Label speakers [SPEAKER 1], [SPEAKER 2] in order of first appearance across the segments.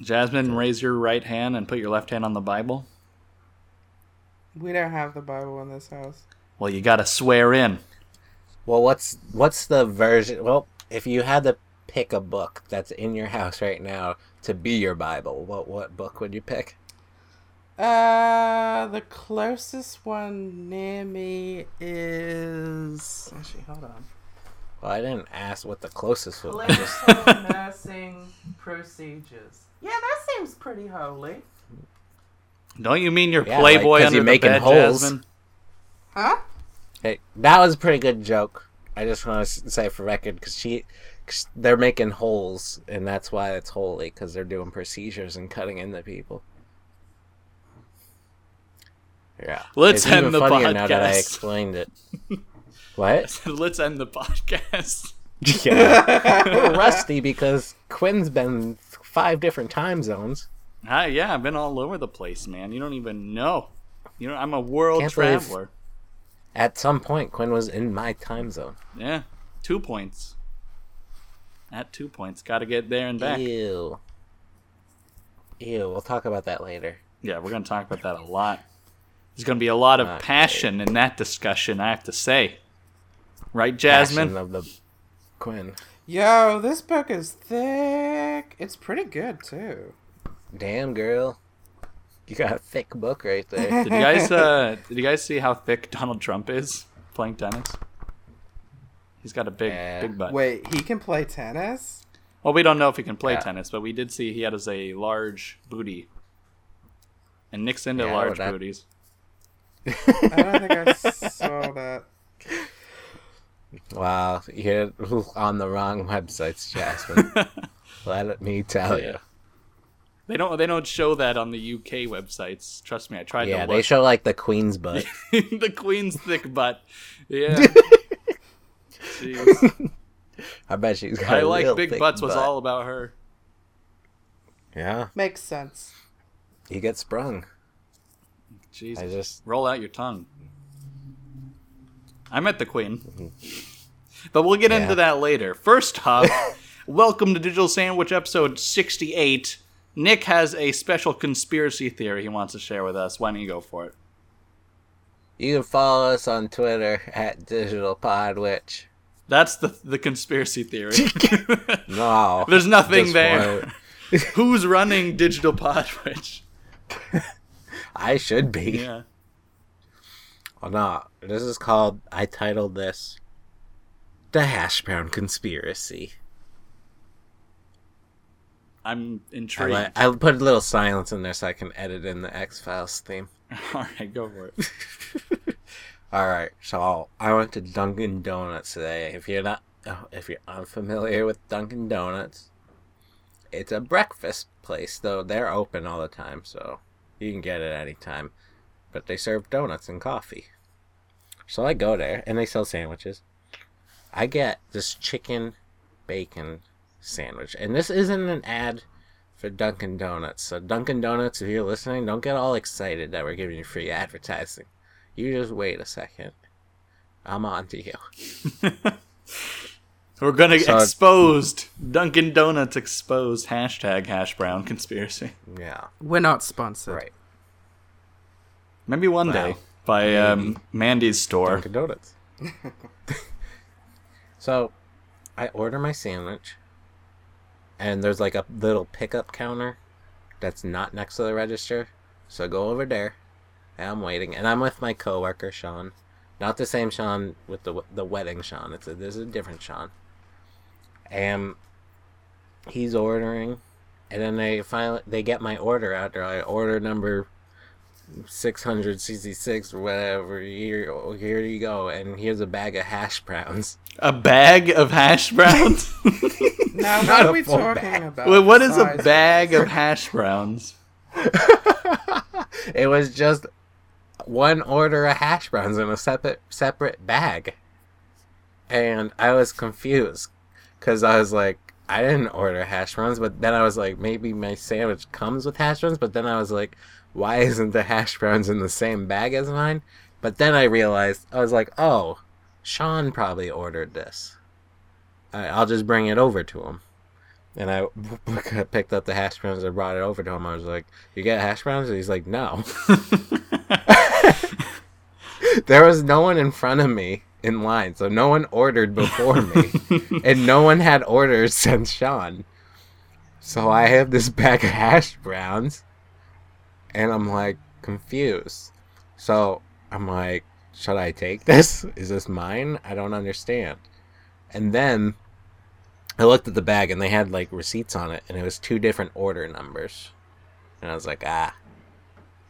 [SPEAKER 1] Jasmine, raise your right hand and put your left hand on the Bible.
[SPEAKER 2] We don't have the Bible in this house.
[SPEAKER 1] Well, you gotta swear in.
[SPEAKER 3] Well, what's what's the version? Well, if you had to pick a book that's in your house right now to be your Bible, what what book would you pick?
[SPEAKER 2] Uh, the closest one near me is. Actually, hold on.
[SPEAKER 3] Well, I didn't ask what the closest would be.
[SPEAKER 2] Clinical nursing procedures. Yeah, that seems pretty holy.
[SPEAKER 1] Don't you mean your
[SPEAKER 3] Yeah, like,
[SPEAKER 1] Playboy
[SPEAKER 3] 'cause
[SPEAKER 1] under
[SPEAKER 3] you're
[SPEAKER 1] the
[SPEAKER 3] making
[SPEAKER 1] bed,
[SPEAKER 3] holes.
[SPEAKER 1] Jasmine?
[SPEAKER 2] Huh?
[SPEAKER 3] Hey, that was a pretty good joke. I just want to say for record because she, cause they're making holes, and that's why it's holy because they're doing procedures and cutting into people. Yeah.
[SPEAKER 1] Let's
[SPEAKER 3] It's even
[SPEAKER 1] end the
[SPEAKER 3] funnier Now that I
[SPEAKER 1] podcast.
[SPEAKER 3] explained it. what?
[SPEAKER 1] Let's end the podcast.
[SPEAKER 3] We're rusty because Quinn's been five different time zones.
[SPEAKER 1] Hi, yeah, I've been all over the place, man. You don't even know. You know, I'm a world
[SPEAKER 3] Can't believe-
[SPEAKER 1] traveler.
[SPEAKER 3] At some point, Quinn was in my time zone.
[SPEAKER 1] Yeah, two points. At two points, got to get there and back. Yeah.
[SPEAKER 3] Ew. Ew. We'll talk about that later.
[SPEAKER 1] we're gonna talk about that a lot. There's gonna be a lot of
[SPEAKER 3] Okay.
[SPEAKER 1] passion in that discussion. I have to say, right,
[SPEAKER 3] Passion
[SPEAKER 1] Jasmine?
[SPEAKER 3] of the Quinn.
[SPEAKER 2] Yo, this book is thick. It's pretty good too.
[SPEAKER 3] Damn, girl. You got a thick book right there.
[SPEAKER 1] Did you guys uh, did you guys see how thick Donald Trump is playing tennis? He's got a big
[SPEAKER 3] Yeah.
[SPEAKER 1] big butt.
[SPEAKER 2] Wait, he can play tennis?
[SPEAKER 1] Well, we don't know if he can play
[SPEAKER 3] Yeah.
[SPEAKER 1] tennis, but we did see he has a large booty. And Nick's into
[SPEAKER 3] Yeah, well,
[SPEAKER 1] large
[SPEAKER 3] that-
[SPEAKER 1] booties.
[SPEAKER 2] I don't think I saw that.
[SPEAKER 3] wow, you're on the wrong websites, Jasmine. Let me tell you.
[SPEAKER 1] They don't they don't show that on the UK websites. Trust me, I tried
[SPEAKER 3] Yeah,
[SPEAKER 1] to
[SPEAKER 3] they
[SPEAKER 1] look.
[SPEAKER 3] show like the queen's butt.
[SPEAKER 1] the queen's thick butt. Yeah. Jeez.
[SPEAKER 3] I bet she's got.
[SPEAKER 1] I
[SPEAKER 3] a
[SPEAKER 1] like
[SPEAKER 3] real
[SPEAKER 1] big
[SPEAKER 3] thick
[SPEAKER 1] butts was
[SPEAKER 3] butt.
[SPEAKER 1] all about her.
[SPEAKER 3] Yeah,
[SPEAKER 2] Makes sense.
[SPEAKER 3] you get sprung.
[SPEAKER 1] Jesus.
[SPEAKER 3] I just
[SPEAKER 1] Roll out your tongue. I met the queen. But we'll get into
[SPEAKER 3] Yeah.
[SPEAKER 1] that later. First off, welcome to Digital Sandwich episode 68. Nick has a special conspiracy theory he wants to share with us. Why don't you go for it?
[SPEAKER 3] you can follow us on Twitter at Digital Pod Witch.
[SPEAKER 1] That's the the conspiracy theory.
[SPEAKER 3] No,
[SPEAKER 1] There's nothing
[SPEAKER 3] just
[SPEAKER 1] there.
[SPEAKER 3] one.
[SPEAKER 1] Who's running Digital Podwitch?
[SPEAKER 3] I should be.
[SPEAKER 1] Yeah.
[SPEAKER 3] Well, no, this is called. I titled this "The Hash Brown Conspiracy."
[SPEAKER 1] I'm
[SPEAKER 3] I,
[SPEAKER 1] intrigued.
[SPEAKER 3] li- I put a little silence in there so I can edit in the X Files theme.
[SPEAKER 1] All right, go for it.
[SPEAKER 3] All right, so I went to Dunkin' Donuts today. If you're not, oh, if you're unfamiliar with Dunkin' Donuts, it's a breakfast place though. They're open all the time, so you can get it anytime. But they serve donuts and coffee. So I go there, and they sell sandwiches. I get this chicken bacon sandwich, and this isn't an ad for Dunkin' Donuts. So Dunkin' Donuts, if you're listening, don't get all excited that we're giving you free advertising. You just wait a second. I'm on to you.
[SPEAKER 1] We're gonna
[SPEAKER 3] So-
[SPEAKER 1] exposed Dunkin' Donuts exposed hashtag hash brown conspiracy.
[SPEAKER 3] Yeah.
[SPEAKER 2] We're not sponsored.
[SPEAKER 3] Right.
[SPEAKER 1] Maybe one
[SPEAKER 3] Wow.
[SPEAKER 1] day by um, Mandy's store.
[SPEAKER 3] Dunkin' Donuts. so, I order my sandwich, and there's like a little pickup counter that's not next to the register. So I go over there, and I'm waiting, and I'm with my coworker Sean. Not the same Sean with the the wedding Sean. It's a, there's a different Sean. And he's ordering, and then they finally they get my order out there. I order number 666 or whatever here here you go and here's a bag of hash browns
[SPEAKER 1] A bag of hash browns.
[SPEAKER 2] Now,
[SPEAKER 3] Not
[SPEAKER 2] what
[SPEAKER 3] a
[SPEAKER 2] are we
[SPEAKER 3] full
[SPEAKER 2] talking
[SPEAKER 3] bag.
[SPEAKER 2] about?
[SPEAKER 1] Wait, what is a
[SPEAKER 2] besides-
[SPEAKER 1] bag of hash browns?
[SPEAKER 3] it was just one order of hash browns in a separate separate bag and i was confused because i was like i didn't order hash browns but then i was like maybe my sandwich comes with hash browns but then i was like why isn't the hash browns in the same bag as mine but then i realized i was like oh sean probably ordered this I- i'll just bring it over to him And I picked up the hash browns and brought it over to him. I was like, "You get hash browns?" And he's like, "No." there was no one in front of me in line, so no one ordered before me, and no one had orders since Sean. So I have this bag of hash browns, and I'm like confused. So I'm like, should I take this? Is this mine? I don't understand. And then I looked at the bag and they had like receipts on it and it was two different order numbers. And I was like, ah,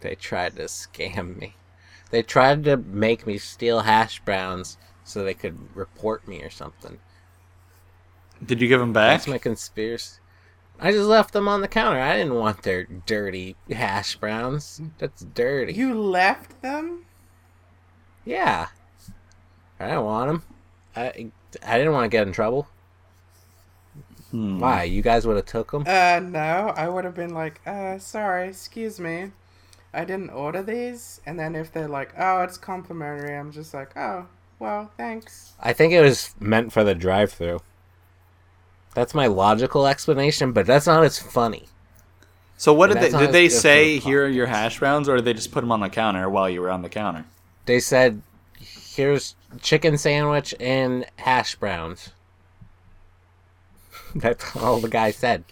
[SPEAKER 3] they tried to scam me. They tried to make me steal hash browns so they could report me or something.
[SPEAKER 1] Did you give them back?
[SPEAKER 3] That's my conspiracy. I just left them on the counter. I didn't want their dirty hash browns. That's dirty.
[SPEAKER 2] You left them?
[SPEAKER 3] Yeah. I didn't want them. I, I didn't want to get in trouble.
[SPEAKER 1] Hmm.
[SPEAKER 3] Why? You guys would have took them?
[SPEAKER 2] Uh, no. I would have been like, uh, sorry, excuse me. I didn't order these. And then if they're like, oh, it's complimentary, I'm just like, oh, well, thanks.
[SPEAKER 3] I think it was meant for the drive through. That's my logical explanation, but that's not as funny.
[SPEAKER 1] So what
[SPEAKER 3] And
[SPEAKER 1] did they
[SPEAKER 3] that's
[SPEAKER 1] did they
[SPEAKER 3] always good for
[SPEAKER 1] say?
[SPEAKER 3] the
[SPEAKER 1] Here are your hash browns, or did they just put them on the counter while you were on the counter?
[SPEAKER 3] They said, here's chicken sandwich and hash browns. that's all the guy said.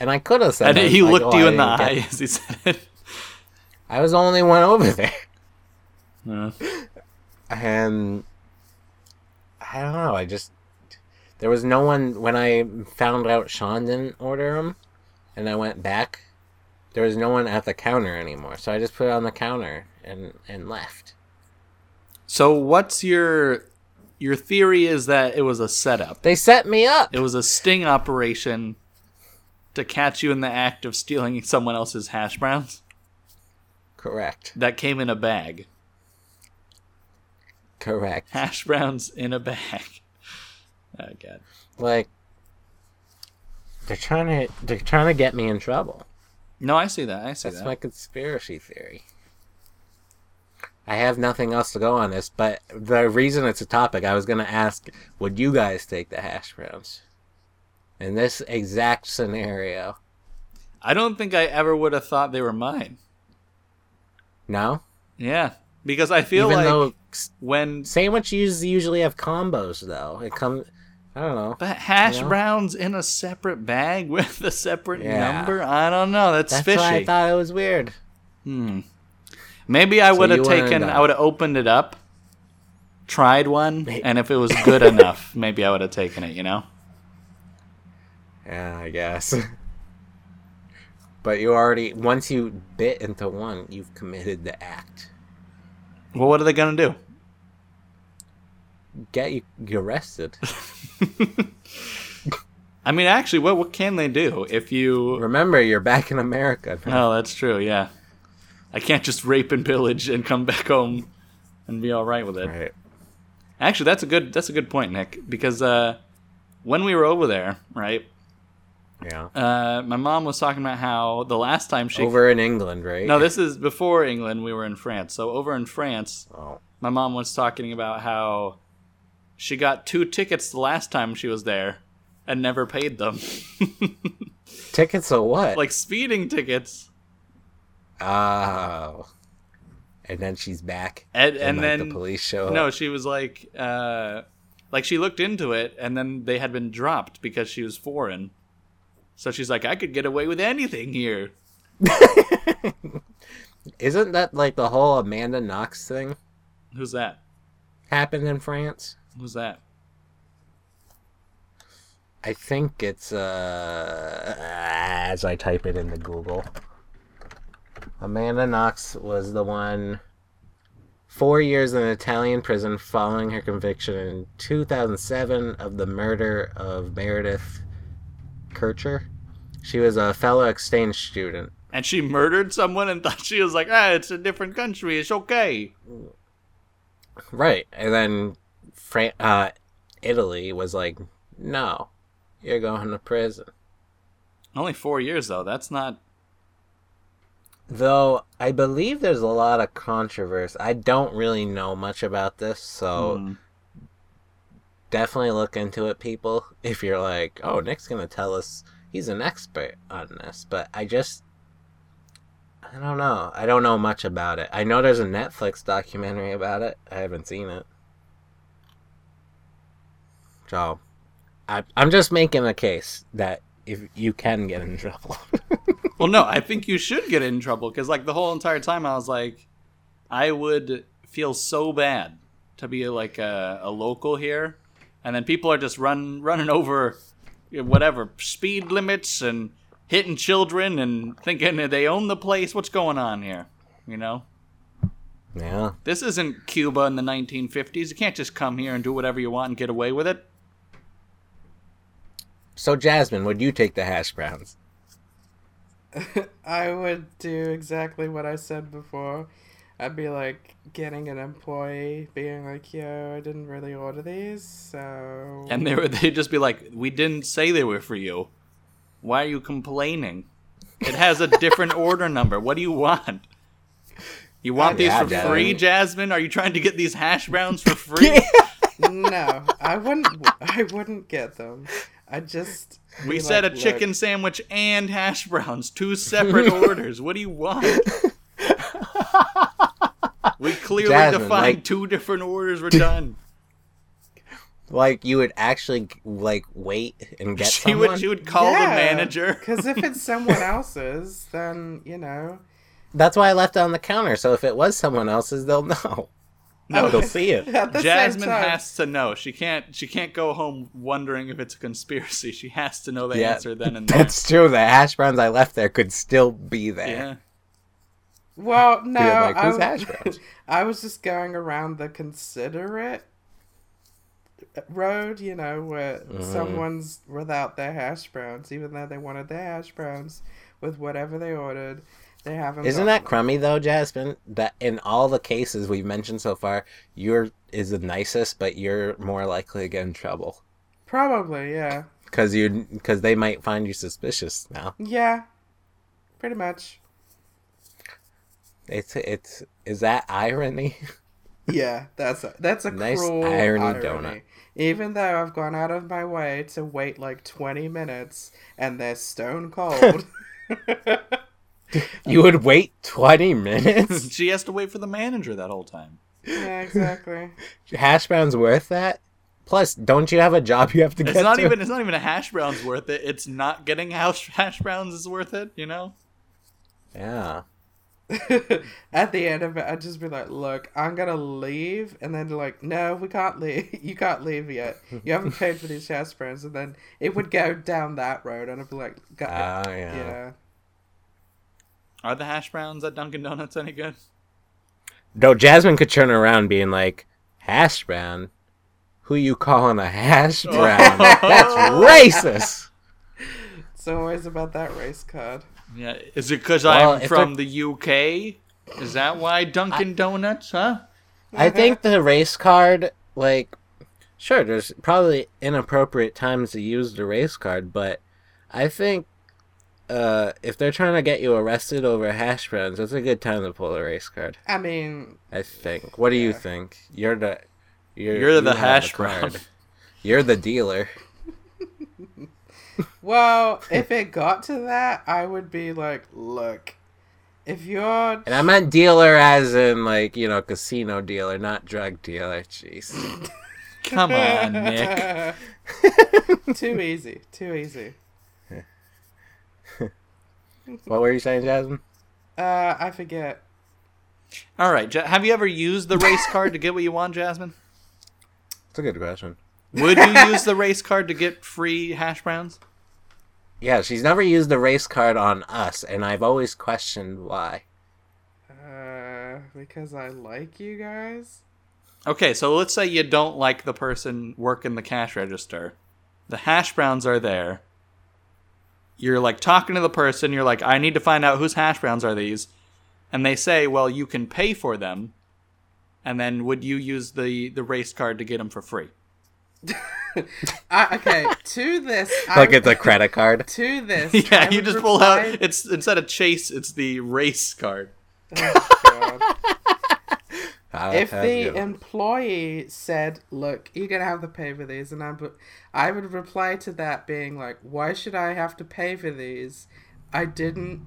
[SPEAKER 3] And I could have said
[SPEAKER 1] And
[SPEAKER 3] that.
[SPEAKER 1] he
[SPEAKER 3] Like,
[SPEAKER 1] looked
[SPEAKER 3] oh,
[SPEAKER 1] you
[SPEAKER 3] I
[SPEAKER 1] in the
[SPEAKER 3] didn't
[SPEAKER 1] eye
[SPEAKER 3] get-
[SPEAKER 1] as he said it.
[SPEAKER 3] I was the only one over there.
[SPEAKER 1] Yeah.
[SPEAKER 3] and I don't know. I just there was no one when I found out Sean didn't order them, and I went back. There was no one at the counter anymore, so I just put it on the counter and and left.
[SPEAKER 1] So what's your your theory is that it was a setup.
[SPEAKER 3] They set me up.
[SPEAKER 1] It was a sting operation to catch you in the act of stealing someone else's hash browns
[SPEAKER 3] Correct.
[SPEAKER 1] that came in a bag.
[SPEAKER 3] Correct.
[SPEAKER 1] Hash browns in a bag. Oh god.
[SPEAKER 3] Like they're trying to they're trying to get me in trouble.
[SPEAKER 1] No, I see that. I see
[SPEAKER 3] That's
[SPEAKER 1] that.
[SPEAKER 3] my conspiracy theory. I have nothing else to go on this, but the reason it's a topic, I was going to ask, would you guys take the hash browns? In this exact scenario.
[SPEAKER 1] I don't think I ever would have thought they were mine.
[SPEAKER 3] No?
[SPEAKER 1] Yeah, because I feel
[SPEAKER 3] Even
[SPEAKER 1] like
[SPEAKER 3] though s-
[SPEAKER 1] when
[SPEAKER 3] sandwiches usually have combos, though. It comes, I don't know.
[SPEAKER 1] But hash
[SPEAKER 3] You know?
[SPEAKER 1] browns in a separate bag with a separate
[SPEAKER 3] Yeah.
[SPEAKER 1] number? I don't know. That's,
[SPEAKER 3] That's
[SPEAKER 1] fishy.
[SPEAKER 3] why I thought it was weird.
[SPEAKER 1] Hmm. Maybe I
[SPEAKER 3] So
[SPEAKER 1] would
[SPEAKER 3] you
[SPEAKER 1] have
[SPEAKER 3] wanna
[SPEAKER 1] taken.
[SPEAKER 3] know.
[SPEAKER 1] I would have opened it up, tried one,
[SPEAKER 3] Hey.
[SPEAKER 1] and if it was good enough, maybe I would have taken it. You know.
[SPEAKER 3] Yeah, I guess. but you already, once you bit into one, you've committed the act.
[SPEAKER 1] Well, what are they gonna do?
[SPEAKER 3] Get you you arrested.
[SPEAKER 1] I mean, actually, what what can they do if you?
[SPEAKER 3] Remember, you're back in America. now.
[SPEAKER 1] Oh, that's true. Yeah, I can't just rape and pillage and come back home and be all right with it.
[SPEAKER 3] Right.
[SPEAKER 1] Actually, that's a good that's a good point, Nick. Because uh, when we were over there, right,
[SPEAKER 3] Yeah.
[SPEAKER 1] uh, my mom was talking about how the last time she
[SPEAKER 3] Over in England, right?
[SPEAKER 1] no this is before england we were in france so over in france
[SPEAKER 3] Oh.
[SPEAKER 1] my mom was talking about how she got two tickets the last time she was there and never paid them
[SPEAKER 3] Tickets or what?
[SPEAKER 1] like speeding tickets
[SPEAKER 3] Oh. And then she's back.
[SPEAKER 1] and, and,
[SPEAKER 3] like,
[SPEAKER 1] then
[SPEAKER 3] the police show
[SPEAKER 1] no
[SPEAKER 3] up.
[SPEAKER 1] she was like uh, like she looked into it and then they had been dropped because she was foreign so she's like i could get away with anything here
[SPEAKER 3] Isn't that like the whole Amanda Knox thing
[SPEAKER 1] who's that
[SPEAKER 3] happened in France?
[SPEAKER 1] who's that
[SPEAKER 3] I think it's uh as I type it into Google. Amanda Knox was the one four years in an Italian prison following her conviction in 2007 of the murder of Meredith Kircher. She was a fellow exchange student.
[SPEAKER 1] and she murdered someone and thought she was like ah it's a different country it's okay
[SPEAKER 3] Right. And then Fran- uh, Italy was like, no, you're going to prison.
[SPEAKER 1] Only four years though. That's not.
[SPEAKER 3] Though I believe there's a lot of controversy. I don't really know much about this, so
[SPEAKER 1] Mm.
[SPEAKER 3] definitely look into it, people. If you're like, oh, Nick's gonna tell us he's an expert on this, but I just I don't know. I don't know much about it. I know there's a Netflix documentary about it. I haven't seen it. So, I, I'm just making a case that if you can get in trouble.
[SPEAKER 1] Well, no, I think you should get in trouble because, like, the whole entire time I was like, I would feel so bad to be like a, a local here, and then people are just run running over you know, whatever speed limits and hitting children and thinking that they own the place. What's going on here? You know,
[SPEAKER 3] yeah.
[SPEAKER 1] this isn't Cuba in the 1950s. You can't just come here and do whatever you want and get away with it.
[SPEAKER 3] So, Jasmine, would you take the hash browns?
[SPEAKER 2] I would do exactly what I said before. I'd be like getting an employee, being like, "Yo, I didn't really order these, so."
[SPEAKER 1] And they were they'd just be like, "We didn't say they were for you. Why are you complaining? It has a different order number. What do you want? You want these
[SPEAKER 3] Yeah,
[SPEAKER 1] for
[SPEAKER 3] Jasmine.
[SPEAKER 1] free, Jasmine? Are you trying to get these hash browns for free?
[SPEAKER 2] no, I wouldn't. I wouldn't get them. I just.
[SPEAKER 1] we
[SPEAKER 2] be
[SPEAKER 1] said
[SPEAKER 2] like,
[SPEAKER 1] a
[SPEAKER 2] "Look,
[SPEAKER 1] chicken sandwich and hash browns, two separate orders. What do you want? We clearly
[SPEAKER 3] Jasmine,
[SPEAKER 1] defined
[SPEAKER 3] like-
[SPEAKER 1] two different orders. We're done.
[SPEAKER 3] Like, you would actually like wait and get
[SPEAKER 1] She
[SPEAKER 3] someone?
[SPEAKER 1] would she would call
[SPEAKER 2] yeah,
[SPEAKER 1] the manager.
[SPEAKER 2] Because if it's someone else's, then you know.
[SPEAKER 3] That's why I left it on the counter. So if it was someone else's, they'll know. No, they'll see it.
[SPEAKER 2] At the
[SPEAKER 1] Jasmine
[SPEAKER 2] same time,
[SPEAKER 1] has to know. She can't. She can't go home wondering if it's a conspiracy. She has to know the
[SPEAKER 3] Yeah,
[SPEAKER 1] answer then and there.
[SPEAKER 3] That's true. The hash browns I left there could still be there.
[SPEAKER 1] yeah.
[SPEAKER 2] Well, no,
[SPEAKER 3] Yeah, like,
[SPEAKER 2] Uh, I,
[SPEAKER 3] who's
[SPEAKER 2] w-
[SPEAKER 3] hash browns?
[SPEAKER 2] I was just going around the considerate road, you know, where
[SPEAKER 3] Uh-huh.
[SPEAKER 2] someone's without their hash browns, even though they wanted their hash browns with whatever they ordered. They haven't.
[SPEAKER 3] Isn't that
[SPEAKER 2] gotten-
[SPEAKER 3] crummy though, Jasmine? That in all the cases we've mentioned so far, your is the nicest, but you're more likely to get in trouble
[SPEAKER 2] probably? Yeah,
[SPEAKER 3] because you because they might find you suspicious now.
[SPEAKER 2] yeah, pretty much.
[SPEAKER 3] It's it's is that irony?
[SPEAKER 2] Yeah, that's a, that's a
[SPEAKER 3] Nice
[SPEAKER 2] cruel
[SPEAKER 3] irony
[SPEAKER 2] irony,
[SPEAKER 3] donut.
[SPEAKER 2] Even though I've gone out of my way to wait like twenty minutes and they're stone cold.
[SPEAKER 3] You would wait twenty minutes.
[SPEAKER 1] She has to wait for the manager that whole time.
[SPEAKER 2] yeah, exactly.
[SPEAKER 3] hash browns worth that? Plus, don't you have a job you have to get?
[SPEAKER 1] It's not
[SPEAKER 3] to?
[SPEAKER 1] even. It's not even a hash browns worth it. It's not getting hash hash browns is worth it. You know.
[SPEAKER 3] Yeah.
[SPEAKER 2] At the end of it, I'd just be like, "Look, I'm gonna leave," and then like, "No, we can't leave. You can't leave yet. You haven't paid for these hash browns." And then it would go down that road, and I'd be like, "Gu-
[SPEAKER 3] Oh yeah.
[SPEAKER 2] "Yeah,
[SPEAKER 1] Are the hash browns at Dunkin' Donuts any good?
[SPEAKER 3] No, Jasmine could turn around being like, hash brown? Who you calling a hash
[SPEAKER 1] Oh.
[SPEAKER 3] brown? That's racist.
[SPEAKER 2] it's always about that race card."
[SPEAKER 1] Yeah. Is it because
[SPEAKER 3] Well,
[SPEAKER 1] I'm
[SPEAKER 3] if
[SPEAKER 1] from the UK? Is that why Dunkin' Donuts? Huh?
[SPEAKER 3] I think the race card, like, sure, there's probably inappropriate times to use the race card, but I think uh, if they're trying to get you arrested over hash browns, that's a good time to pull a race card.
[SPEAKER 2] I mean,
[SPEAKER 3] I think. What do you
[SPEAKER 2] Yeah.
[SPEAKER 3] think? You're the you're,
[SPEAKER 1] You're the
[SPEAKER 3] you have
[SPEAKER 1] hash
[SPEAKER 3] card.
[SPEAKER 1] brown.
[SPEAKER 3] You're the dealer.
[SPEAKER 2] well, if it got to that, I would be like, "Look, if you're
[SPEAKER 3] And I meant dealer as in like, you know, casino dealer, not drug dealer. Jeez.
[SPEAKER 1] Come on, Nick.
[SPEAKER 2] too easy, too easy."
[SPEAKER 3] what were you saying, Jasmine?
[SPEAKER 2] Uh, I forget.
[SPEAKER 1] All right. Ja- Have you ever used the race card to get what you want, Jasmine?
[SPEAKER 3] It's a good question.
[SPEAKER 1] Would you use the race card to get free hash browns?
[SPEAKER 3] Yeah, she's never used the race card on us, and I've always questioned why.
[SPEAKER 2] Uh, because I like you guys.
[SPEAKER 1] Okay, so let's say you don't like the person working the cash register. The hash browns are there. You're like talking to the person, you're like, I need to find out whose hash browns are these. And they say, well, you can pay for them. And then would you use the, the race card to get them for free?
[SPEAKER 2] I, okay, to this,
[SPEAKER 3] Like
[SPEAKER 2] I,
[SPEAKER 3] it's a credit card.
[SPEAKER 2] to this. I
[SPEAKER 1] Yeah, you
[SPEAKER 2] would
[SPEAKER 1] just pull out.
[SPEAKER 2] reply-
[SPEAKER 1] It's instead of chase, it's the race card.
[SPEAKER 2] Oh, God.
[SPEAKER 3] I'll
[SPEAKER 2] if
[SPEAKER 3] have
[SPEAKER 2] the
[SPEAKER 3] you.
[SPEAKER 2] employee said, "Look, you're gonna have to pay for these," and I, bu- I would reply to that being like, "Why should I have to pay for these? I didn't.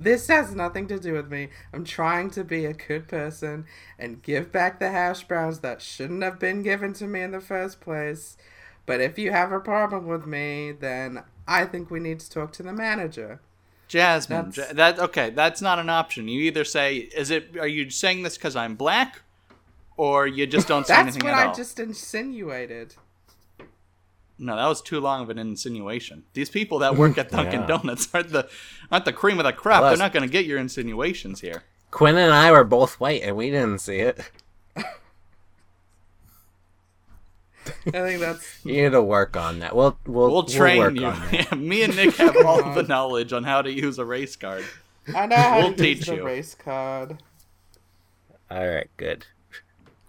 [SPEAKER 2] This has nothing to do with me. I'm trying to be a good person and give back the hash browns that shouldn't have been given to me in the first place. But if you have a problem with me, then I think we need to talk to the manager."
[SPEAKER 1] Jasmine,
[SPEAKER 2] That's-
[SPEAKER 1] Ja- that okay, that's not an option. You either say, "Is it? Are you saying this because I'm black?" Or you just don't say
[SPEAKER 2] That's
[SPEAKER 1] anything
[SPEAKER 2] what
[SPEAKER 1] at
[SPEAKER 2] I
[SPEAKER 1] all.
[SPEAKER 2] just insinuated.
[SPEAKER 1] No, that was too long of an insinuation. These people that work at Dunkin'
[SPEAKER 3] Yeah.
[SPEAKER 1] Donuts aren't the aren't the cream of the crop.
[SPEAKER 3] Plus-
[SPEAKER 1] They're not going to get your insinuations here.
[SPEAKER 3] Quinn and I were both white, and we didn't see it.
[SPEAKER 2] I think that's
[SPEAKER 3] You need to work on that. We'll we'll,
[SPEAKER 1] We'll train
[SPEAKER 3] work
[SPEAKER 1] you.
[SPEAKER 3] on that.
[SPEAKER 1] Yeah, Me and Nick have all of the knowledge on how to use a race card.
[SPEAKER 2] I know how
[SPEAKER 1] We'll
[SPEAKER 2] to use
[SPEAKER 1] teach
[SPEAKER 2] the
[SPEAKER 1] you.
[SPEAKER 2] race card.
[SPEAKER 3] All right, good.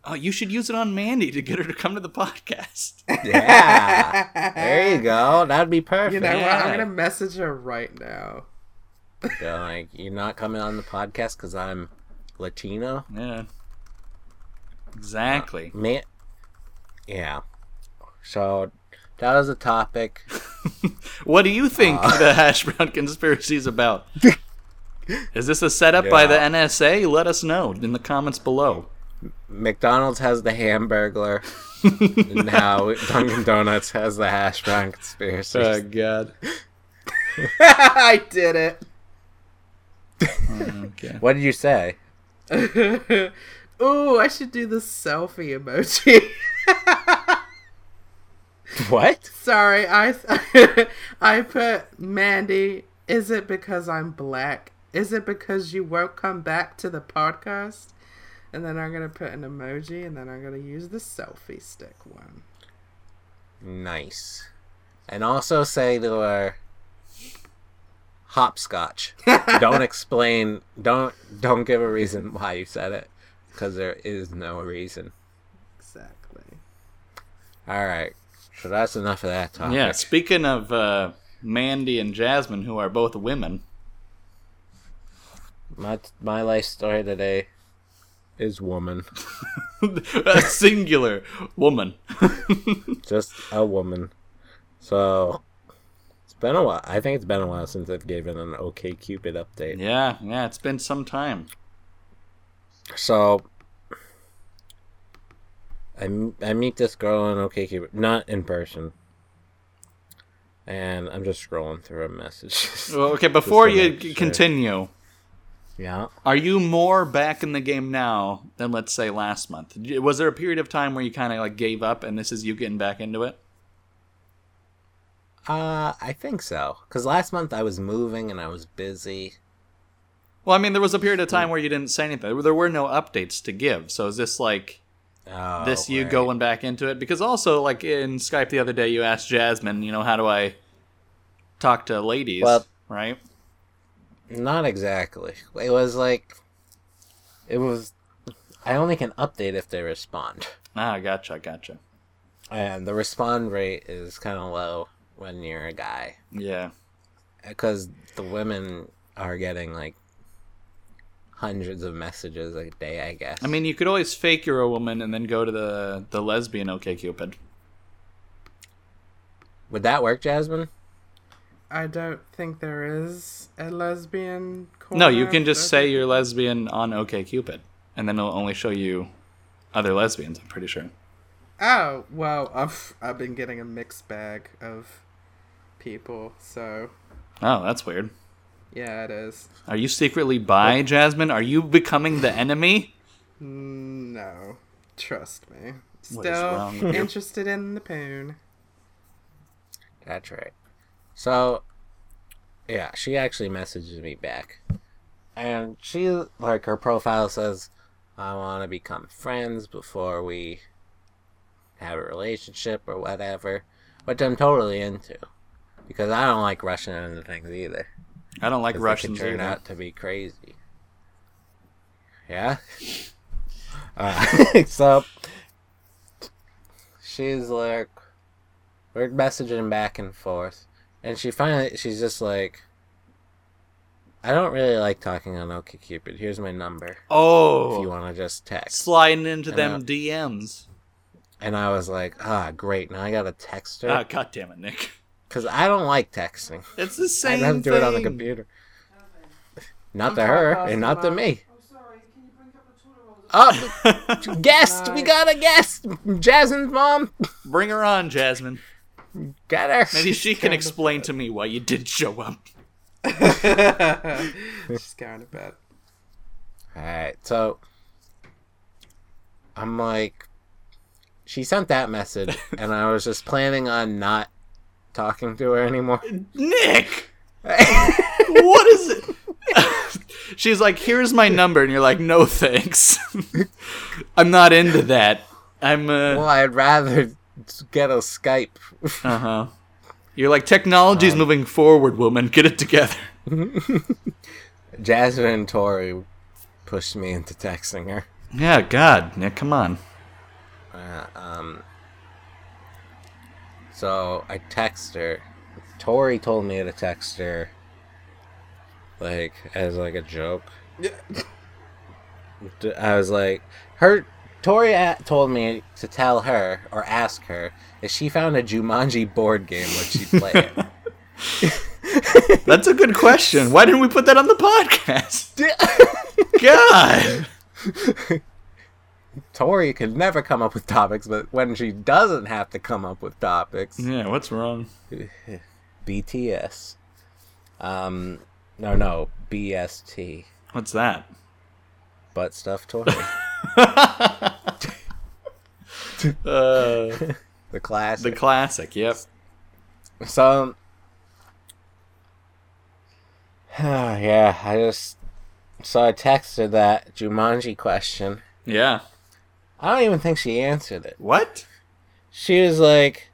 [SPEAKER 1] Oh, you should use it on Mandy to get her to come to the podcast.
[SPEAKER 3] Yeah, there you go. That'd be perfect.
[SPEAKER 2] You know what?
[SPEAKER 1] Yeah.
[SPEAKER 2] I'm gonna message her right now.
[SPEAKER 3] They're like, you're not coming on the podcast because I'm Latino.
[SPEAKER 1] Yeah. Exactly.
[SPEAKER 3] Man, yeah. So that was a topic.
[SPEAKER 1] What do you think
[SPEAKER 3] Uh.
[SPEAKER 1] the hash brown conspiracy is about? Is this a setup by the
[SPEAKER 3] Yeah.
[SPEAKER 1] NSA? Let us know in the comments below.
[SPEAKER 3] McDonald's has the Hamburglar. and now Dunkin' Donuts has the hash brown conspiracy.
[SPEAKER 1] God.
[SPEAKER 2] I did
[SPEAKER 1] Okay.
[SPEAKER 3] what did you say?
[SPEAKER 2] it. Ooh, I should do the selfie emoji.
[SPEAKER 3] What?
[SPEAKER 2] Sorry, I I put Mandy. Is it because I'm black? Is it because you won't come back to the podcast? And then I'm gonna put an emoji, and then I'm gonna use the selfie stick one.
[SPEAKER 3] Nice. And also say to her, hopscotch. don't explain. Don't don't give a reason why you said it, because there is no reason.
[SPEAKER 2] Exactly.
[SPEAKER 3] All right. So that's enough of that topic.
[SPEAKER 1] Yeah, speaking of uh, Mandy and Jasmine, who are both women,
[SPEAKER 3] My my life story today is woman.
[SPEAKER 1] a singular woman.
[SPEAKER 3] Just a woman. So it's been a while. I think it's been a while since I've given an OK Cupid update.
[SPEAKER 1] yeah, yeah, it's been some time.
[SPEAKER 3] So I, m- I meet this girl on OKCupid, not in person. And I'm just scrolling through her messages.
[SPEAKER 1] Well, okay, before
[SPEAKER 3] Just
[SPEAKER 1] you
[SPEAKER 3] wanna
[SPEAKER 1] c-
[SPEAKER 3] say-
[SPEAKER 1] continue,
[SPEAKER 3] Yeah.
[SPEAKER 1] are you more back in the game now than let's say last month? J- Was there a period of time where you kind of like gave up, and this is you getting back into it?
[SPEAKER 3] Uh, I think so. Cause last month I was moving and I was busy.
[SPEAKER 1] Well, I mean, there was a period of time where you didn't say anything. There were no updates to give. So is this like
[SPEAKER 3] Oh,
[SPEAKER 1] this you
[SPEAKER 3] right.
[SPEAKER 1] going back into it because also like in skype the other day you asked jasmine you know how do i talk to ladies
[SPEAKER 3] Well-
[SPEAKER 1] right
[SPEAKER 3] Not exactly. It was like, it was. I only can update if they respond,
[SPEAKER 1] ah gotcha gotcha
[SPEAKER 3] and the respond rate is kind of low when you're a guy.
[SPEAKER 1] yeah
[SPEAKER 3] because the women are getting like hundreds of messages a day i guess
[SPEAKER 1] i mean you could always fake you're a woman and then go to the the lesbian okay cupid
[SPEAKER 3] would that work jasmine
[SPEAKER 2] I don't think there is a lesbian. Corner.
[SPEAKER 1] no you can just
[SPEAKER 2] but-
[SPEAKER 1] say you're lesbian on okay cupid and then it'll only show you other lesbians i'm pretty sure
[SPEAKER 2] Oh well, I've I've been getting a mixed bag of people, so
[SPEAKER 1] oh that's weird
[SPEAKER 2] yeah, it is.
[SPEAKER 1] are you secretly bi jasmine are you becoming the enemy
[SPEAKER 2] Mm, No, trust me.
[SPEAKER 1] What is
[SPEAKER 2] Still
[SPEAKER 1] wrong with you?
[SPEAKER 2] interested in the poon.
[SPEAKER 3] that's right so yeah she actually messages me back and she like her profile says i want to become friends before we have a relationship or whatever which i'm totally into because i don't like rushing into things either
[SPEAKER 1] i don't like
[SPEAKER 3] 'cause
[SPEAKER 1] russians
[SPEAKER 3] they could turn
[SPEAKER 1] either.
[SPEAKER 3] out to be crazy. Yeah. Uh, so she's like, we're messaging back and forth, and she finally she's just like, I don't really like talking on OkCupid. Here's my number if you
[SPEAKER 1] Oh,
[SPEAKER 3] want to just text.
[SPEAKER 1] sliding into
[SPEAKER 3] I
[SPEAKER 1] them
[SPEAKER 3] know.
[SPEAKER 1] DMs.
[SPEAKER 3] And I was like, ah, great. Now I gotta text
[SPEAKER 1] Ah,
[SPEAKER 3] her
[SPEAKER 1] God damn it, Nick.
[SPEAKER 3] because I don't like texting.
[SPEAKER 1] It's the
[SPEAKER 3] I'd
[SPEAKER 1] same
[SPEAKER 3] have to do it on the
[SPEAKER 1] thing.
[SPEAKER 3] computer. Not
[SPEAKER 2] I'm
[SPEAKER 3] to her
[SPEAKER 2] podcasting
[SPEAKER 3] and not to
[SPEAKER 2] now.
[SPEAKER 3] me.
[SPEAKER 4] I'm Oh, sorry, can you bring up the toilet roll?
[SPEAKER 3] Oh, guest! We
[SPEAKER 2] Nice.
[SPEAKER 3] got a guest! Jasmine's mom!
[SPEAKER 1] Bring her on, Jasmine.
[SPEAKER 3] Got her!
[SPEAKER 1] Maybe she can explain to me why you did show up.
[SPEAKER 2] She's going to bed.
[SPEAKER 3] Alright, so I'm like, she sent that message, and I was just planning on not talking to her anymore.
[SPEAKER 1] Nick, what is it? She's like, "Here's my number," and you're like, "No, thanks. I'm not into that. I'm uh
[SPEAKER 3] well, I'd rather get a Skype.
[SPEAKER 1] uh huh." You're like,
[SPEAKER 3] Uh.
[SPEAKER 1] "Technology's moving forward, woman. Get it together."
[SPEAKER 3] Jasmine and Tori pushed me into texting her.
[SPEAKER 1] Yeah, God, Nick, come on.
[SPEAKER 3] Uh, um, so I text her. Tori told me to text her, like as like a joke. D- I was like, her. Tori a- told me to tell her or ask her if she found a Jumanji board game would she play it.
[SPEAKER 1] That's a good question. Why didn't we put that on the podcast? God,
[SPEAKER 3] Tori could never come up with topics, but when she doesn't have to come up with topics,
[SPEAKER 1] yeah, what's wrong?
[SPEAKER 3] BTS. Um, no, no, BST.
[SPEAKER 1] What's that?
[SPEAKER 3] Butt stuff Tori.
[SPEAKER 1] Uh,
[SPEAKER 3] the class.
[SPEAKER 1] the classic. Yep.
[SPEAKER 3] so, yeah, I just so I texted that Jumanji question.
[SPEAKER 1] Yeah.
[SPEAKER 3] I don't even think she answered it.
[SPEAKER 1] What?
[SPEAKER 3] She was like,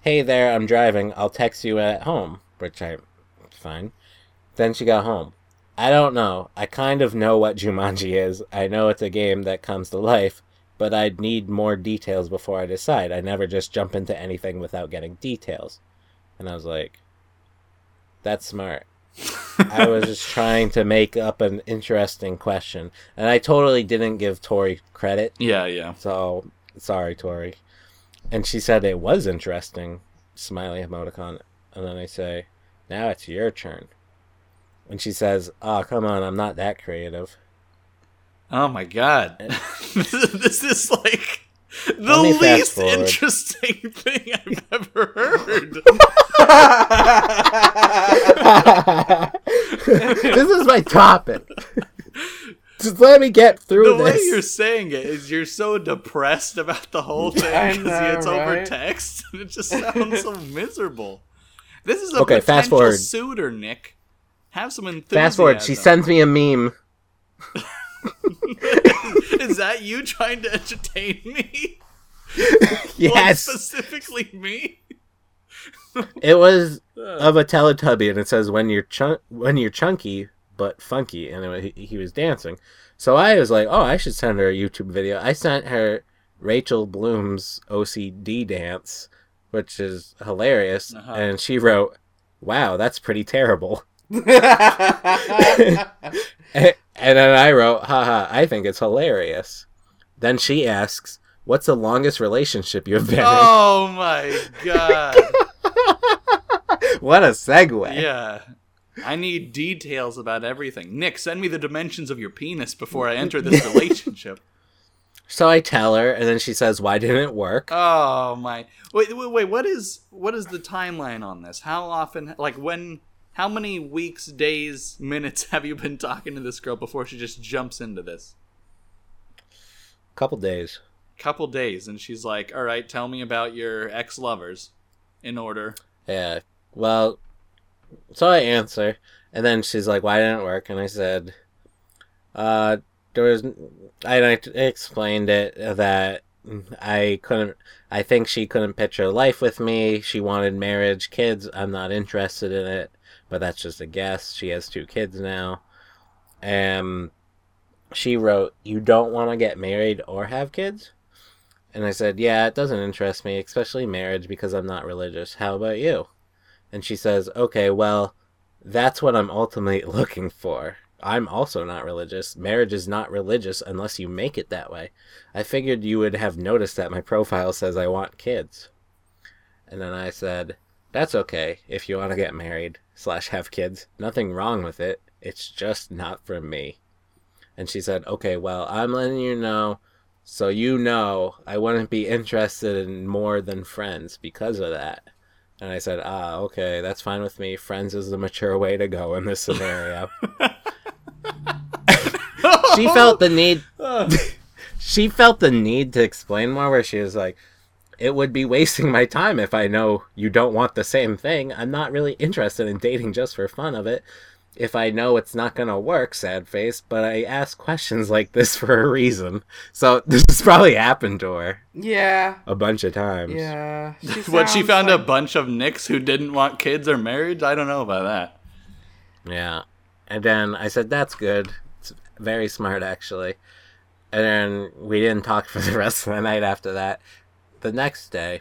[SPEAKER 3] "Hey there, I'm driving. I'll text you at home," which I fine. Then she got home. I don't know. I kind of know what Jumanji is. I know it's a game that comes to life, but I'd need more details before I decide. I never just jump into anything without getting details. And I was like, "That's smart." I was just trying to make up an interesting question, and I totally didn't give Tori credit.
[SPEAKER 1] Yeah, yeah.
[SPEAKER 3] So sorry, Tori. And she said it was interesting, smiley emoticon. And then I say, now it's your turn. And she says, oh, come on, I'm not that creative.
[SPEAKER 1] Oh my god. this is like the
[SPEAKER 3] Let me fast
[SPEAKER 1] least
[SPEAKER 3] forward.
[SPEAKER 1] interesting thing I've ever heard.
[SPEAKER 3] this is my topic. Just let me get
[SPEAKER 1] the
[SPEAKER 3] through
[SPEAKER 1] way you're
[SPEAKER 3] this.
[SPEAKER 1] saying it is you're so depressed about the whole
[SPEAKER 2] I
[SPEAKER 1] thing because
[SPEAKER 2] know,
[SPEAKER 1] it's over
[SPEAKER 2] right?
[SPEAKER 1] text and it just sounds so miserable. This is a
[SPEAKER 3] Okay,
[SPEAKER 1] potential
[SPEAKER 3] fast forward.
[SPEAKER 1] suitor, Nick. Have some enthusiasm.
[SPEAKER 3] Fast forward, she sends me a meme.
[SPEAKER 1] "Is that you trying to entertain me? Like,
[SPEAKER 3] Yes,
[SPEAKER 1] specifically me."
[SPEAKER 3] it was
[SPEAKER 1] Uh,
[SPEAKER 3] of a Teletubby, and it says when you're chun- when you're chunky but funky, and it, he, he was dancing. So I was like, oh, I should send her a YouTube video. I sent her Rachel Bloom's OCD dance, which is hilarious,
[SPEAKER 1] Uh-huh.
[SPEAKER 3] and she wrote, "Wow, that's pretty terrible."
[SPEAKER 1] Eh.
[SPEAKER 3] and then I wrote, haha, I think it's hilarious. Then she asks, what's the longest relationship you've been
[SPEAKER 1] Oh my god.
[SPEAKER 3] in? What a segue.
[SPEAKER 1] Yeah. I need details about everything. Nick, send me the dimensions of your penis before I enter this relationship.
[SPEAKER 3] So I tell her, and then she says, why didn't it work?
[SPEAKER 1] Oh my. Wait, wait, wait. What is what is the timeline on this? How often like when how many weeks, days, minutes have you been talking to this girl before she just jumps into this?
[SPEAKER 3] couple days.
[SPEAKER 1] Couple days and she's like, "All right, tell me about your ex-lovers in order."
[SPEAKER 3] Yeah. Well, so I answer, and then she's like, "Why didn't it work?" And I said, "Uh, there was." I I explained it that I couldn't. I think she couldn't picture life with me. She wanted marriage, kids. I'm not interested in it, but that's just a guess. She has two kids now. Um, she wrote, "You don't want to get married or have kids." And I said, Yeah, it doesn't interest me, especially marriage, because I'm not religious. How about you? And she says, Okay, well, That's what I'm ultimately looking for. I'm also not religious. Marriage is not religious unless you make it that way. I figured you would have noticed that my profile says I want kids. And then I said, That's okay if you want to get married slash have kids. Nothing wrong with it. It's just not for me. And she said, Okay, well, I'm letting you know so you know I wouldn't be interested in more than friends because of that. And I said, ah, okay, that's fine with me. Friends is the mature way to go in this scenario. she felt the need. she felt the need to explain more, where she was like, it would be wasting my time if I know you don't want the same thing. I'm not really interested in dating just for fun of it. If I know it's not going to work, sad face, but I ask questions like this for a reason. So this has probably happened to her
[SPEAKER 2] Yeah.
[SPEAKER 3] a bunch of times.
[SPEAKER 2] Yeah.
[SPEAKER 1] what she
[SPEAKER 2] sounds
[SPEAKER 1] found a
[SPEAKER 2] like-
[SPEAKER 1] bunch of nicks who didn't want kids or marriage. I don't know about that.
[SPEAKER 3] Yeah. And then I said, that's good. It's very smart, actually. And then we didn't talk for the rest of the night after that. The next day,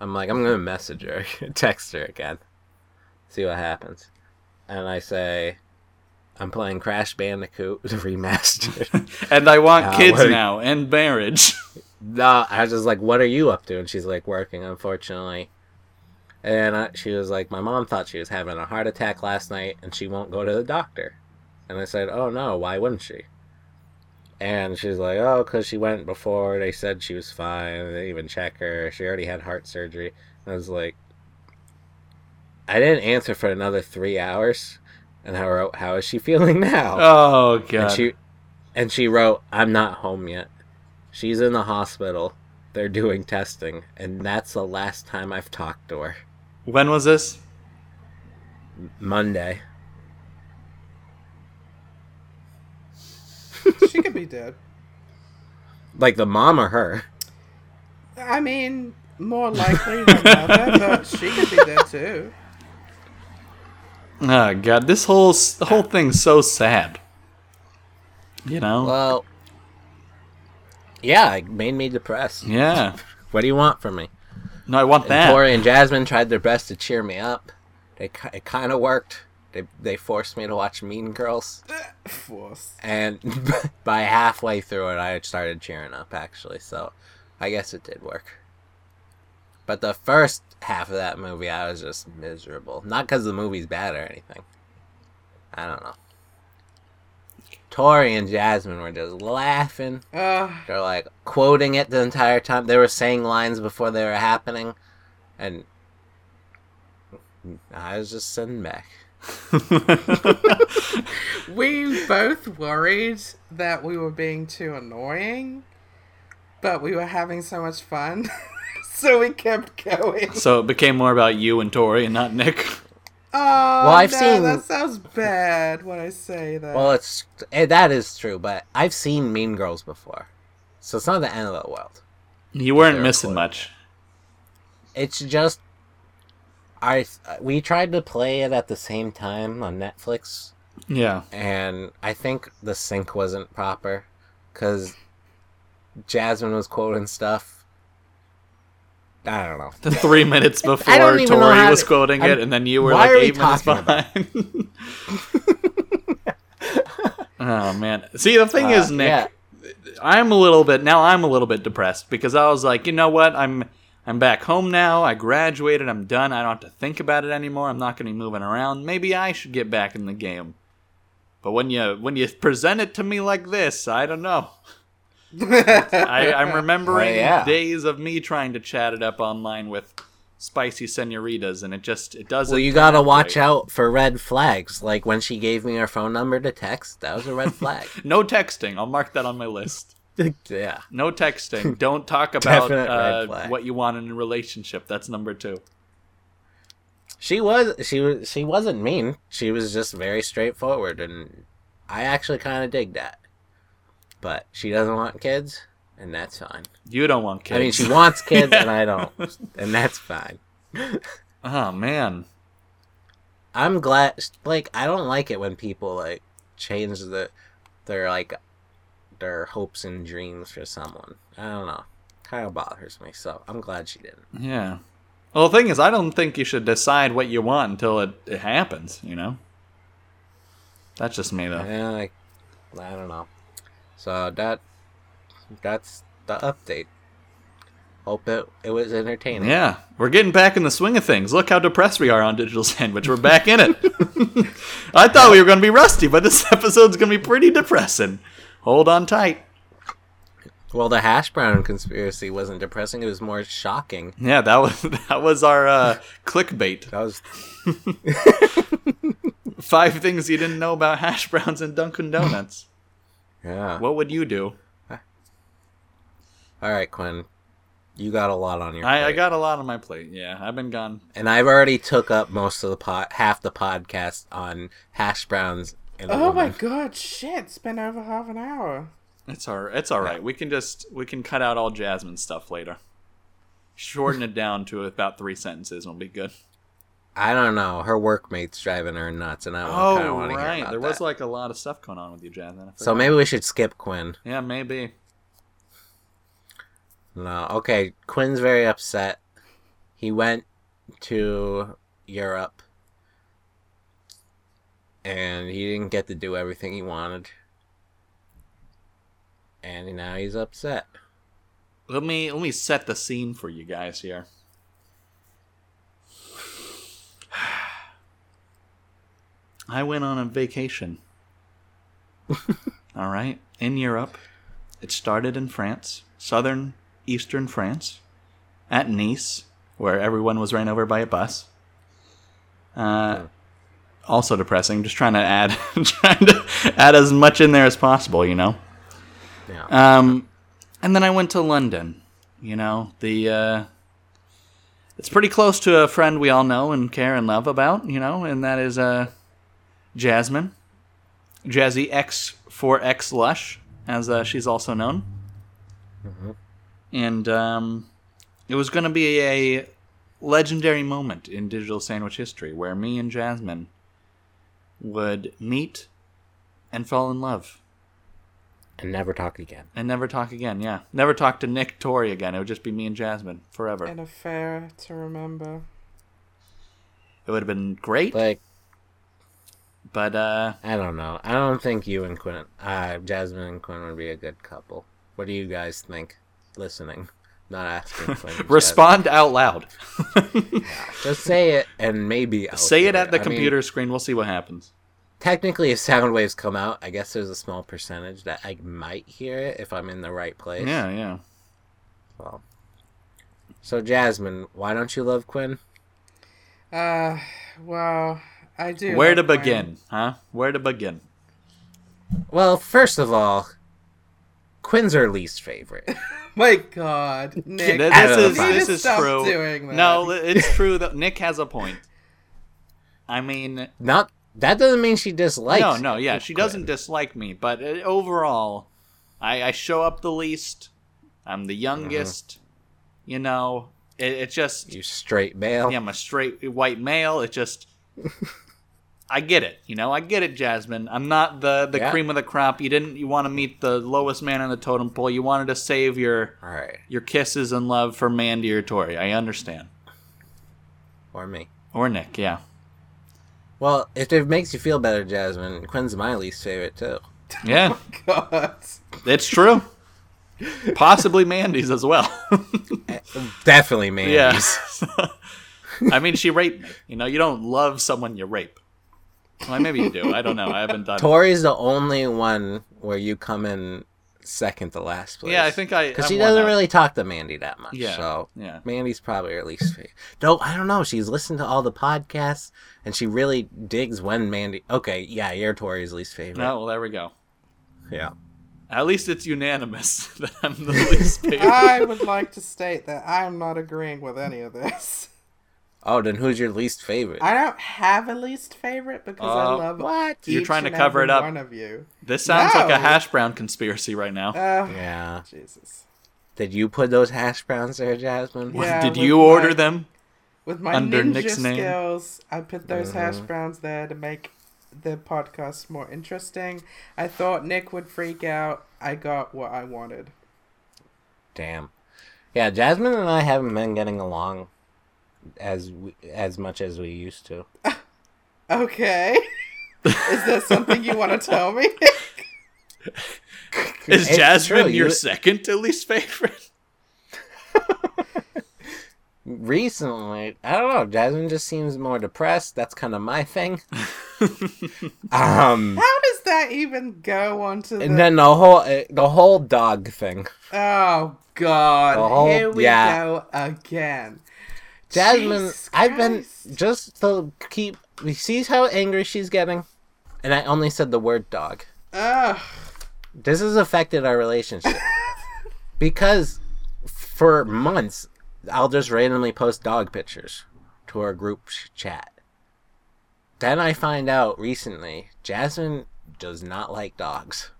[SPEAKER 3] I'm like, I'm going to message her, text her again, see what happens. And I say, I'm playing Crash Bandicoot Remastered.
[SPEAKER 1] And I want
[SPEAKER 3] Ah,
[SPEAKER 1] kids
[SPEAKER 3] what-
[SPEAKER 1] now and marriage.
[SPEAKER 3] no, I was just like, what are you up to? And she's like, working, unfortunately. And I, she was like, my mom thought she was having a heart attack last night and she won't go to the doctor. And I said, oh no, why wouldn't she? And she's like, oh, because she went before. They said she was fine. They didn't even check her. She already had heart surgery. And I was like, I didn't answer for another three hours. And I wrote, how is she feeling now?
[SPEAKER 1] oh god.
[SPEAKER 3] And she and she wrote, "I'm not home yet. She's in the hospital. They're doing testing, and that's the last time I've talked to her.
[SPEAKER 1] when was this?
[SPEAKER 3] Monday.
[SPEAKER 2] She could be dead.
[SPEAKER 3] Like the mom or her?
[SPEAKER 2] I mean, more likely than mother, but she could be dead too.
[SPEAKER 1] Oh god, this whole s- the whole thing's so sad. You know?
[SPEAKER 3] Well, yeah, it made me depressed.
[SPEAKER 1] yeah.
[SPEAKER 3] What do you want from me?
[SPEAKER 1] No, I want
[SPEAKER 3] And
[SPEAKER 1] that.
[SPEAKER 3] Tori and Jasmine tried their best to cheer me up. They ki- it kind of worked. They they forced me to watch Mean Girls,
[SPEAKER 2] Force.
[SPEAKER 3] and by halfway through it, I had started cheering up actually. So, I guess it did work. But the first half of that movie, I was just miserable. Not because the movie's bad or anything. I don't know. Tori and Jasmine were just laughing.
[SPEAKER 2] Uh,
[SPEAKER 3] They're like quoting it the entire time. They were saying lines before they were happening, and I was just sitting back.
[SPEAKER 2] we both worried that we were being too annoying, but we were having so much fun, so we kept going.
[SPEAKER 1] so it became more about you and Tori and not Nick.
[SPEAKER 2] Oh,
[SPEAKER 3] I've
[SPEAKER 2] no,
[SPEAKER 3] seen-
[SPEAKER 2] that sounds bad when I say that.
[SPEAKER 3] Well, it's eh, that is true, but I've seen Mean Girls before, so it's not the end of the world.
[SPEAKER 1] You weren't
[SPEAKER 3] Fair
[SPEAKER 1] missing
[SPEAKER 3] point.
[SPEAKER 1] much.
[SPEAKER 3] it's just I we tried to play it at the same time on Netflix,
[SPEAKER 1] Yeah.
[SPEAKER 3] and I think the sync wasn't proper because Jasmine was quoting stuff. I don't know.
[SPEAKER 1] The three minutes before
[SPEAKER 3] don't even know
[SPEAKER 1] Tori
[SPEAKER 3] how
[SPEAKER 1] was
[SPEAKER 3] to-
[SPEAKER 1] quoting
[SPEAKER 3] I'm-
[SPEAKER 1] it, and then you were
[SPEAKER 3] why
[SPEAKER 1] like
[SPEAKER 3] are we
[SPEAKER 1] eight minutes
[SPEAKER 3] talking about-
[SPEAKER 1] behind. oh man! See, the thing is,
[SPEAKER 3] Uh,
[SPEAKER 1] Nick,
[SPEAKER 3] yeah.
[SPEAKER 1] I'm a little bit now. I'm a little bit depressed because I was like, you know what? I'm I'm back home now. I graduated. I'm done. I don't have to think about it anymore. I'm not going to be moving around. Maybe I should get back in the game. But when you when you present it to me like this, I don't know. I, I'm remembering
[SPEAKER 3] Well, yeah.
[SPEAKER 1] days of me trying to chat it up online with spicy senoritas, and it just it doesn't.
[SPEAKER 3] Well, you gotta watch out for red flags. Like when she gave me her phone number to text, that was a red flag.
[SPEAKER 1] No texting. I'll mark that on my list.
[SPEAKER 3] yeah.
[SPEAKER 1] No texting. Don't talk about
[SPEAKER 3] Definite red
[SPEAKER 1] uh,
[SPEAKER 3] flag.
[SPEAKER 1] what you want in a relationship. That's number two.
[SPEAKER 3] She was she was she wasn't mean. She was just very straightforward and I actually kind of dig that. But she doesn't want kids and that's fine.
[SPEAKER 1] You don't want kids.
[SPEAKER 3] I mean, she wants kids and I don't. And that's fine.
[SPEAKER 1] oh man.
[SPEAKER 3] I'm glad like I don't like it when people like change the their like their hopes and dreams for someone. I don't know. Kind of bothers me. So, I'm glad she didn't.
[SPEAKER 1] Yeah. Well, the thing is, I don't think you should decide what you want until it, it happens, you know? That's just me, though.
[SPEAKER 3] Yeah, I, I don't know. So that that's the update. Hope it, it was entertaining.
[SPEAKER 1] Yeah, we're getting back in the swing of things. Look how depressed we are on Digital Sandwich. We're back in it. I thought we were going to be rusty, but this episode's going to be pretty depressing. Hold on tight.
[SPEAKER 3] Well, the hash brown conspiracy wasn't depressing; it was more shocking.
[SPEAKER 1] Yeah, that was that was our uh, clickbait.
[SPEAKER 3] That was
[SPEAKER 1] Five things you didn't know about hash browns and Dunkin' Donuts.
[SPEAKER 3] yeah.
[SPEAKER 1] What would you do?
[SPEAKER 3] All right, Quinn, you got a lot on your.
[SPEAKER 1] I, I
[SPEAKER 3] plate.
[SPEAKER 1] got a lot on my plate. Yeah, I've been gone.
[SPEAKER 3] and I've already took up most of the pot, half the podcast on hash browns. And a
[SPEAKER 2] Oh my
[SPEAKER 3] woman.
[SPEAKER 2] god, shit! It's been over half an hour.
[SPEAKER 1] It's all it's all right. We can just we can cut out all Jasmine stuff later. Shorten it down to about three sentences, and we'll be good.
[SPEAKER 3] I don't know. Her workmate's driving her nuts, and I
[SPEAKER 1] Oh,
[SPEAKER 3] kind of want to hear
[SPEAKER 1] right.
[SPEAKER 3] about
[SPEAKER 1] There was
[SPEAKER 3] that.
[SPEAKER 1] like a lot of stuff going on with you, Jasmine. I
[SPEAKER 3] So
[SPEAKER 1] forgot.
[SPEAKER 3] maybe we should skip Quinn.
[SPEAKER 1] yeah, maybe.
[SPEAKER 3] No, okay. Quinn's very upset. He went to Europe and he didn't get to do everything he wanted. And now he's upset.
[SPEAKER 1] Let me let me set the scene for you guys here. I went on a vacation. All right, in Europe. It started in France, southern eastern France, at Nice, where everyone was ran over by a bus. Uh, also depressing. Just trying to add, trying to add as much in there as possible. You know.
[SPEAKER 3] Yeah.
[SPEAKER 1] Um, and then I went to London. You know, the uh, it's pretty close to a friend we all know and care and love about. You know, and that is uh, Jasmine, Jazzy X for X Lush, as uh, she's also known. And um, it was going to be a legendary moment in digital sandwich history where me and Jasmine would meet and fall in love
[SPEAKER 3] and never talk again.
[SPEAKER 1] and never talk again. Yeah, never talk to Nick Tory again. It would just be me and Jasmine forever.
[SPEAKER 2] An affair to remember.
[SPEAKER 1] it would have been great,
[SPEAKER 3] Like,
[SPEAKER 1] but uh,
[SPEAKER 3] I don't know. I don't think you and Quinn, uh, Jasmine and Quinn would be a good couple. What do you guys think? Listening. Not asking. Quinn, but
[SPEAKER 1] respond out loud.
[SPEAKER 3] Just say it and maybe. I'll
[SPEAKER 1] Say it
[SPEAKER 3] hear
[SPEAKER 1] at the
[SPEAKER 3] I mean,
[SPEAKER 1] computer screen. We'll see what happens.
[SPEAKER 3] technically if sound waves come out i guess there's a small percentage that i might hear it if i'm in the right place
[SPEAKER 1] Yeah, yeah.
[SPEAKER 3] well, so jasmine why don't you love quinn
[SPEAKER 2] Uh, well, I do.
[SPEAKER 1] Where
[SPEAKER 2] like
[SPEAKER 1] to
[SPEAKER 2] wine.
[SPEAKER 1] begin, huh? Where to begin?
[SPEAKER 3] well first of all quinn's her least favorite
[SPEAKER 2] My God, Nick,
[SPEAKER 1] Th-
[SPEAKER 3] out
[SPEAKER 1] this
[SPEAKER 3] of the
[SPEAKER 1] is
[SPEAKER 3] box.
[SPEAKER 1] this
[SPEAKER 2] You
[SPEAKER 1] is
[SPEAKER 2] stop
[SPEAKER 1] true.
[SPEAKER 2] doing that.
[SPEAKER 1] No, li- it's true. That Nick has a point. I mean,
[SPEAKER 3] not that doesn't mean she dislikes
[SPEAKER 1] no, no, yeah,
[SPEAKER 3] Quinn.
[SPEAKER 1] she doesn't dislike me, but uh, overall, I, I show up the least. I'm the youngest. You know, it, it just
[SPEAKER 3] you straight male
[SPEAKER 1] Yeah, I'm a straight white male. It just, I get it. You know, I get it, Jasmine. I'm not the the
[SPEAKER 3] Yeah.
[SPEAKER 1] cream of the crop. You didn't. You want to meet the lowest man on the totem pole. You wanted to save your
[SPEAKER 3] all right
[SPEAKER 1] your kisses and love for Mandy or Tori. I understand.
[SPEAKER 3] or me
[SPEAKER 1] Or Nick. Yeah.
[SPEAKER 3] well if it makes you feel better jasmine quinn's my least favorite too
[SPEAKER 1] Yeah.
[SPEAKER 2] God.
[SPEAKER 1] it's true. Possibly Mandy's as well.
[SPEAKER 3] definitely man
[SPEAKER 1] yeah. I mean, she raped me. You know, you don't love someone you rape. Well, maybe you do. I don't know. I haven't done.
[SPEAKER 3] tori's the only one where you come in second to last place
[SPEAKER 1] yeah, I think I
[SPEAKER 3] because
[SPEAKER 1] I'm
[SPEAKER 3] she
[SPEAKER 1] one
[SPEAKER 3] doesn't
[SPEAKER 1] up.
[SPEAKER 3] really talk to Mandy that much.
[SPEAKER 1] Yeah,
[SPEAKER 3] So
[SPEAKER 1] yeah.
[SPEAKER 3] Mandy's probably her least favorite. No, I don't know. She's listened to all the podcasts, and she really digs when Mandy. Okay, yeah, you're Tori's least favorite.
[SPEAKER 1] No, well, there we go.
[SPEAKER 3] Yeah.
[SPEAKER 1] At least it's unanimous that I'm the least favorite.
[SPEAKER 2] I would like to state that I am not agreeing with any of this.
[SPEAKER 3] Oh, then who's your least favorite?
[SPEAKER 2] I don't have a least favorite because I
[SPEAKER 1] Uh,
[SPEAKER 2] love
[SPEAKER 3] what?
[SPEAKER 2] Each
[SPEAKER 1] You're trying to
[SPEAKER 2] and
[SPEAKER 1] cover it
[SPEAKER 2] every
[SPEAKER 1] up.
[SPEAKER 2] One of you.
[SPEAKER 1] This sounds like
[SPEAKER 2] No.
[SPEAKER 1] a hash brown conspiracy right now.
[SPEAKER 2] Oh,
[SPEAKER 3] Yeah.
[SPEAKER 2] Jesus.
[SPEAKER 3] Did you put those hash browns there, Jasmine?
[SPEAKER 2] Yeah,
[SPEAKER 1] Did
[SPEAKER 2] with
[SPEAKER 1] you order
[SPEAKER 2] my-
[SPEAKER 1] them?
[SPEAKER 2] With my
[SPEAKER 1] Under
[SPEAKER 2] ninja
[SPEAKER 1] Nick's name.
[SPEAKER 2] skills, I put those
[SPEAKER 3] Uh-huh.
[SPEAKER 2] hash browns there to make the podcast more interesting. I thought Nick would freak out. I got what I wanted.
[SPEAKER 3] Damn. Yeah, Jasmine and I haven't been getting along as we, as much as we used to.
[SPEAKER 2] Okay. Is there something you want to tell me?
[SPEAKER 1] Is
[SPEAKER 3] It's
[SPEAKER 1] Jasmine
[SPEAKER 3] true,
[SPEAKER 1] your
[SPEAKER 3] you-
[SPEAKER 1] second to least favorite?
[SPEAKER 3] Recently, I don't know. Jasmine just seems more depressed. That's kind of my thing. um,
[SPEAKER 2] How does that even go onto the?
[SPEAKER 3] and then the whole uh, the whole dog thing.
[SPEAKER 2] Oh God!
[SPEAKER 3] The whole-
[SPEAKER 2] Here we
[SPEAKER 3] yeah.
[SPEAKER 2] go again.
[SPEAKER 3] Jasmine,
[SPEAKER 2] Jesus
[SPEAKER 3] I've been
[SPEAKER 2] Christ.
[SPEAKER 3] just to keep. He sees how angry she's getting, and I only said the word dog.
[SPEAKER 2] Ugh.
[SPEAKER 3] This has affected our relationship because for months I'll just randomly post dog pictures to our group ch- chat. Then I find out recently Jasmine does not like dogs.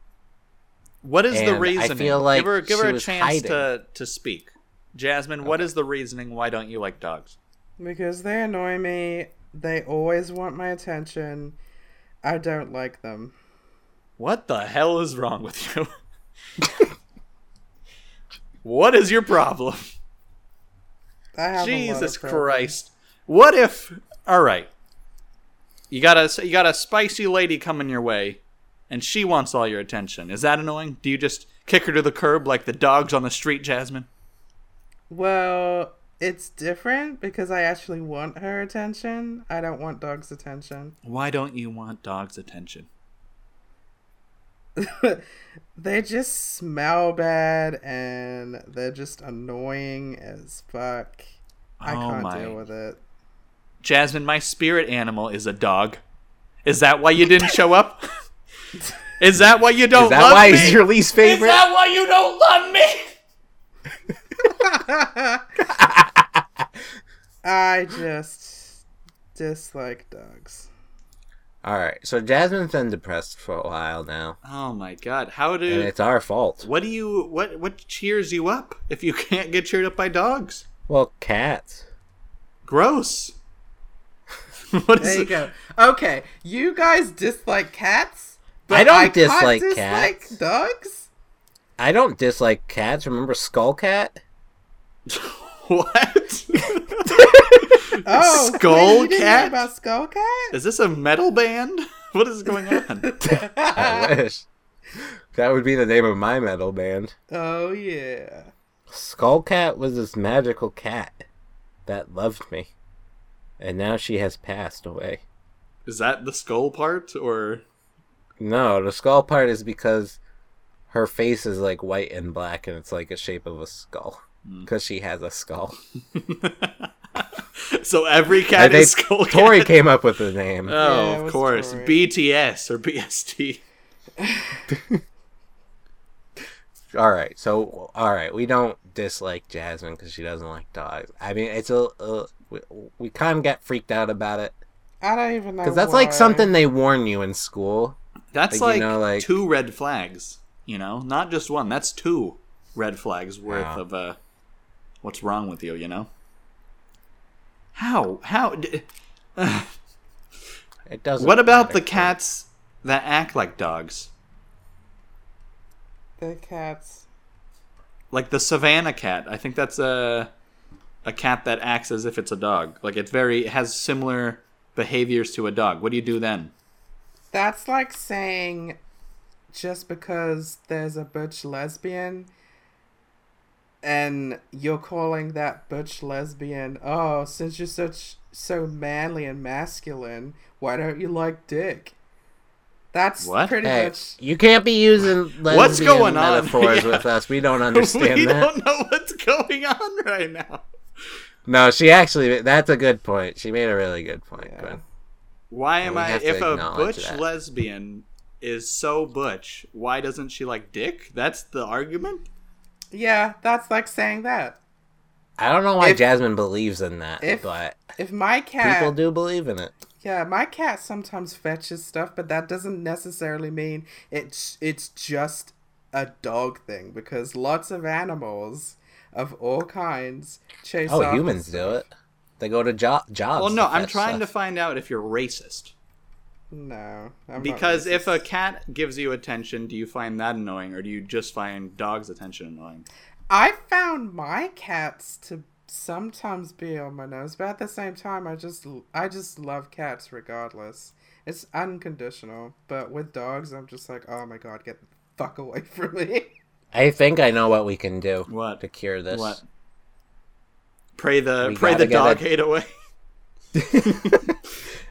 [SPEAKER 1] What is
[SPEAKER 3] And
[SPEAKER 1] the
[SPEAKER 3] I
[SPEAKER 1] reasoning?
[SPEAKER 3] feel like
[SPEAKER 1] give her, give her
[SPEAKER 3] she
[SPEAKER 1] a
[SPEAKER 3] was
[SPEAKER 1] chance to to speak. Jasmine, what is the reasoning? Why don't you like dogs?
[SPEAKER 2] Because they annoy me. They always want my attention. I don't like them.
[SPEAKER 1] What the hell is wrong with you? what is your problem?
[SPEAKER 2] I have
[SPEAKER 1] Jesus
[SPEAKER 2] a lot of problems.
[SPEAKER 1] Christ! What if? All right, you got a you got a spicy lady coming your way, and she wants all your attention. Is that annoying? Do you just kick her to the curb like the dogs on the street, Jasmine?
[SPEAKER 2] Well, it's different because I actually want her attention. I don't want dogs' attention.
[SPEAKER 1] Why don't you want dogs' attention?
[SPEAKER 2] They just smell bad and they're just annoying as fuck. I
[SPEAKER 1] Oh
[SPEAKER 2] can't
[SPEAKER 1] my-
[SPEAKER 2] deal with it.
[SPEAKER 1] Jasmine, my spirit animal is a dog. Is that why you didn't show up? Is that why you don't
[SPEAKER 3] Is that
[SPEAKER 1] Oh, love
[SPEAKER 3] why
[SPEAKER 1] me?
[SPEAKER 3] he's your least
[SPEAKER 1] Is
[SPEAKER 3] favorite?
[SPEAKER 1] that why you don't love me?
[SPEAKER 2] I just dislike dogs.
[SPEAKER 3] All right, so Jasmine's been depressed for a while now,
[SPEAKER 1] Oh my god. How
[SPEAKER 3] and
[SPEAKER 1] do
[SPEAKER 3] it's our fault.
[SPEAKER 1] what do you what what cheers you up if you can't get cheered up by dogs?
[SPEAKER 3] Well, cats.
[SPEAKER 1] Gross. what
[SPEAKER 2] There
[SPEAKER 1] is
[SPEAKER 2] you
[SPEAKER 1] it?
[SPEAKER 2] go. Okay, you guys dislike cats, but
[SPEAKER 3] I don't
[SPEAKER 2] can't
[SPEAKER 3] dislike
[SPEAKER 2] dislike
[SPEAKER 3] cats.
[SPEAKER 2] dogs.
[SPEAKER 3] I don't dislike cats. Remember Skullcat?
[SPEAKER 1] What?
[SPEAKER 2] Oh, wait,
[SPEAKER 1] Skull
[SPEAKER 2] you didn't know
[SPEAKER 1] cat?
[SPEAKER 2] about skull cat?
[SPEAKER 1] is this a metal band? What is going on?
[SPEAKER 3] I wish. That would be the name of my metal band.
[SPEAKER 2] Oh yeah.
[SPEAKER 3] Skullcat was this magical cat that loved me. And now she has passed away.
[SPEAKER 1] Is that the skull part or
[SPEAKER 3] No, the skull part is because her face is like white and black and it's like a shape of a skull.
[SPEAKER 1] Hmm.
[SPEAKER 3] Because she has a skull.
[SPEAKER 1] so every
[SPEAKER 3] I
[SPEAKER 1] cat
[SPEAKER 3] think
[SPEAKER 1] is skull
[SPEAKER 3] Tori
[SPEAKER 1] cat?
[SPEAKER 3] came up with the name.
[SPEAKER 1] Oh,
[SPEAKER 2] Yeah, it
[SPEAKER 1] of
[SPEAKER 2] was
[SPEAKER 1] course.
[SPEAKER 2] Tory.
[SPEAKER 1] BTS or BST.
[SPEAKER 3] Alright, so, alright, we don't dislike Jasmine because she doesn't like dogs. I mean, it's a. a we, we kind of get freaked out about it.
[SPEAKER 2] I don't even know.
[SPEAKER 3] Because that's
[SPEAKER 2] why.
[SPEAKER 3] like something they warn you in school.
[SPEAKER 1] That's
[SPEAKER 3] Like,
[SPEAKER 1] like,
[SPEAKER 3] you know, like-
[SPEAKER 1] two red flags, you know? Not just one. That's two red flags worth
[SPEAKER 3] Wow.
[SPEAKER 1] of uh what's wrong with you, you know? How? How d-
[SPEAKER 3] It doesn't.
[SPEAKER 1] What about
[SPEAKER 3] matter.
[SPEAKER 1] the cats that act like dogs?
[SPEAKER 2] The cats.
[SPEAKER 1] Like the savannah cat. I think that's a a cat that acts as if it's a dog. Like it's very it has similar behaviors to a dog. What do you do then?
[SPEAKER 2] That's like saying just because there's a butch lesbian and you're calling that butch lesbian, oh, since you're such so manly and masculine, why don't you like dick? That's
[SPEAKER 1] What?
[SPEAKER 2] pretty
[SPEAKER 3] Hey,
[SPEAKER 2] much
[SPEAKER 3] you can't be using lesbian
[SPEAKER 1] What's going on?
[SPEAKER 3] metaphors
[SPEAKER 1] Yeah.
[SPEAKER 3] with us. We don't understand
[SPEAKER 1] we
[SPEAKER 3] that.
[SPEAKER 1] don't know what's going on right now.
[SPEAKER 3] No, she actually. That's a good point. She made a really good point.
[SPEAKER 2] Yeah.
[SPEAKER 3] Gwen.
[SPEAKER 1] Why am
[SPEAKER 3] we
[SPEAKER 1] I?
[SPEAKER 3] have to
[SPEAKER 1] If a
[SPEAKER 3] acknowledge
[SPEAKER 1] butch
[SPEAKER 3] that.
[SPEAKER 1] lesbian is so butch, why doesn't she like dick? That's the argument.
[SPEAKER 2] Yeah, that's like saying that.
[SPEAKER 3] I don't know why
[SPEAKER 2] If-
[SPEAKER 3] Jasmine believes in that,
[SPEAKER 2] if-
[SPEAKER 3] but
[SPEAKER 2] If my cat
[SPEAKER 3] people do believe in it.
[SPEAKER 2] Yeah, my cat sometimes fetches stuff, but that doesn't necessarily mean it's it's just a dog thing because lots of animals of all kinds chase.
[SPEAKER 3] Oh,
[SPEAKER 2] after
[SPEAKER 3] humans do
[SPEAKER 2] stuff.
[SPEAKER 3] it. They go to jo- jobs.
[SPEAKER 1] Well, no,
[SPEAKER 3] to
[SPEAKER 1] I'm
[SPEAKER 3] fetch
[SPEAKER 1] trying to
[SPEAKER 3] stuff.
[SPEAKER 1] find out if you're racist.
[SPEAKER 2] No, I'm not
[SPEAKER 1] Because if
[SPEAKER 2] racist.
[SPEAKER 1] a cat gives you attention, do you find that annoying, or do you just find dogs' attention annoying?
[SPEAKER 2] I found my cats to sometimes be on my nose, but at the same time, I just I just love cats regardless. It's unconditional. But with dogs, I'm just like, oh my god, get the fuck away from me.
[SPEAKER 3] I think I know what we can do
[SPEAKER 1] What?
[SPEAKER 3] to cure this.
[SPEAKER 1] What? Pray the
[SPEAKER 3] We
[SPEAKER 1] pray
[SPEAKER 3] gotta
[SPEAKER 1] the
[SPEAKER 3] get
[SPEAKER 1] dog
[SPEAKER 3] it.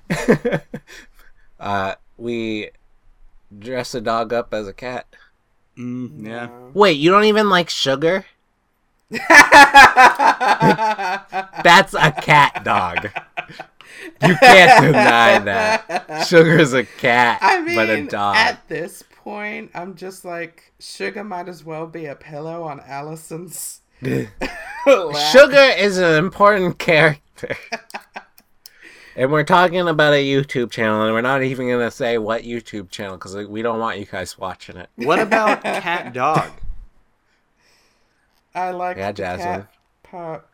[SPEAKER 1] hate away.
[SPEAKER 3] uh, we dress a dog up as a cat.
[SPEAKER 1] Mm, yeah.
[SPEAKER 3] Wait, you don't even like sugar? That's a cat dog. You can't deny that. Sugar's a cat,
[SPEAKER 2] I mean,
[SPEAKER 3] but a dog.
[SPEAKER 2] at this point, I'm just like, sugar might as well be a pillow on Allison's. lap.
[SPEAKER 3] Sugar is an important character. and we're talking about a YouTube channel, and we're not even going to say what YouTube channel because we don't want you guys watching it.
[SPEAKER 1] What about cat dog?
[SPEAKER 2] I liked
[SPEAKER 3] Yeah,
[SPEAKER 2] the
[SPEAKER 3] Jasmine.
[SPEAKER 2] cat part.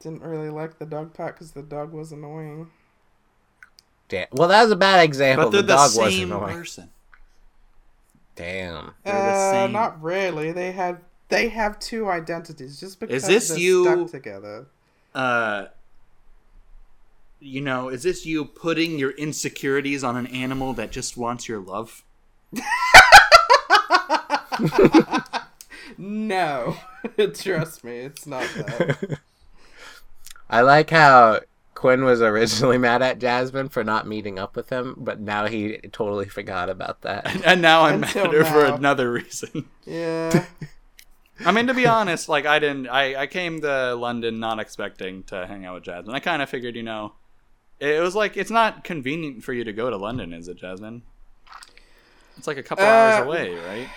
[SPEAKER 2] Didn't really like the dog part because the dog was annoying.
[SPEAKER 3] Damn. Well, that was a bad example.
[SPEAKER 1] But they're
[SPEAKER 3] the
[SPEAKER 1] the
[SPEAKER 3] dog
[SPEAKER 1] same
[SPEAKER 3] was annoying.
[SPEAKER 1] person.
[SPEAKER 3] Damn.
[SPEAKER 1] They're the
[SPEAKER 2] Uh,
[SPEAKER 1] same.
[SPEAKER 2] not really. They have they have two identities just because
[SPEAKER 1] this
[SPEAKER 2] they're
[SPEAKER 1] you-
[SPEAKER 2] stuck together.
[SPEAKER 1] Uh, you know, is this you putting your insecurities on an animal that just wants your love?
[SPEAKER 2] No, trust me, it's not that.
[SPEAKER 3] I like how Quinn was originally mad at Jasmine for not meeting up with him, but now he totally forgot about that.
[SPEAKER 1] And now I'm
[SPEAKER 2] Until
[SPEAKER 1] mad at her for
[SPEAKER 2] now.
[SPEAKER 1] another reason.
[SPEAKER 2] Yeah,
[SPEAKER 1] I mean, to be honest, like I didn't. I I came to London not expecting to hang out with Jasmine. I kind of figured, you know, it was like it's not convenient for you to go to London, is it, Jasmine? It's like a couple
[SPEAKER 2] Uh,
[SPEAKER 1] hours away, right?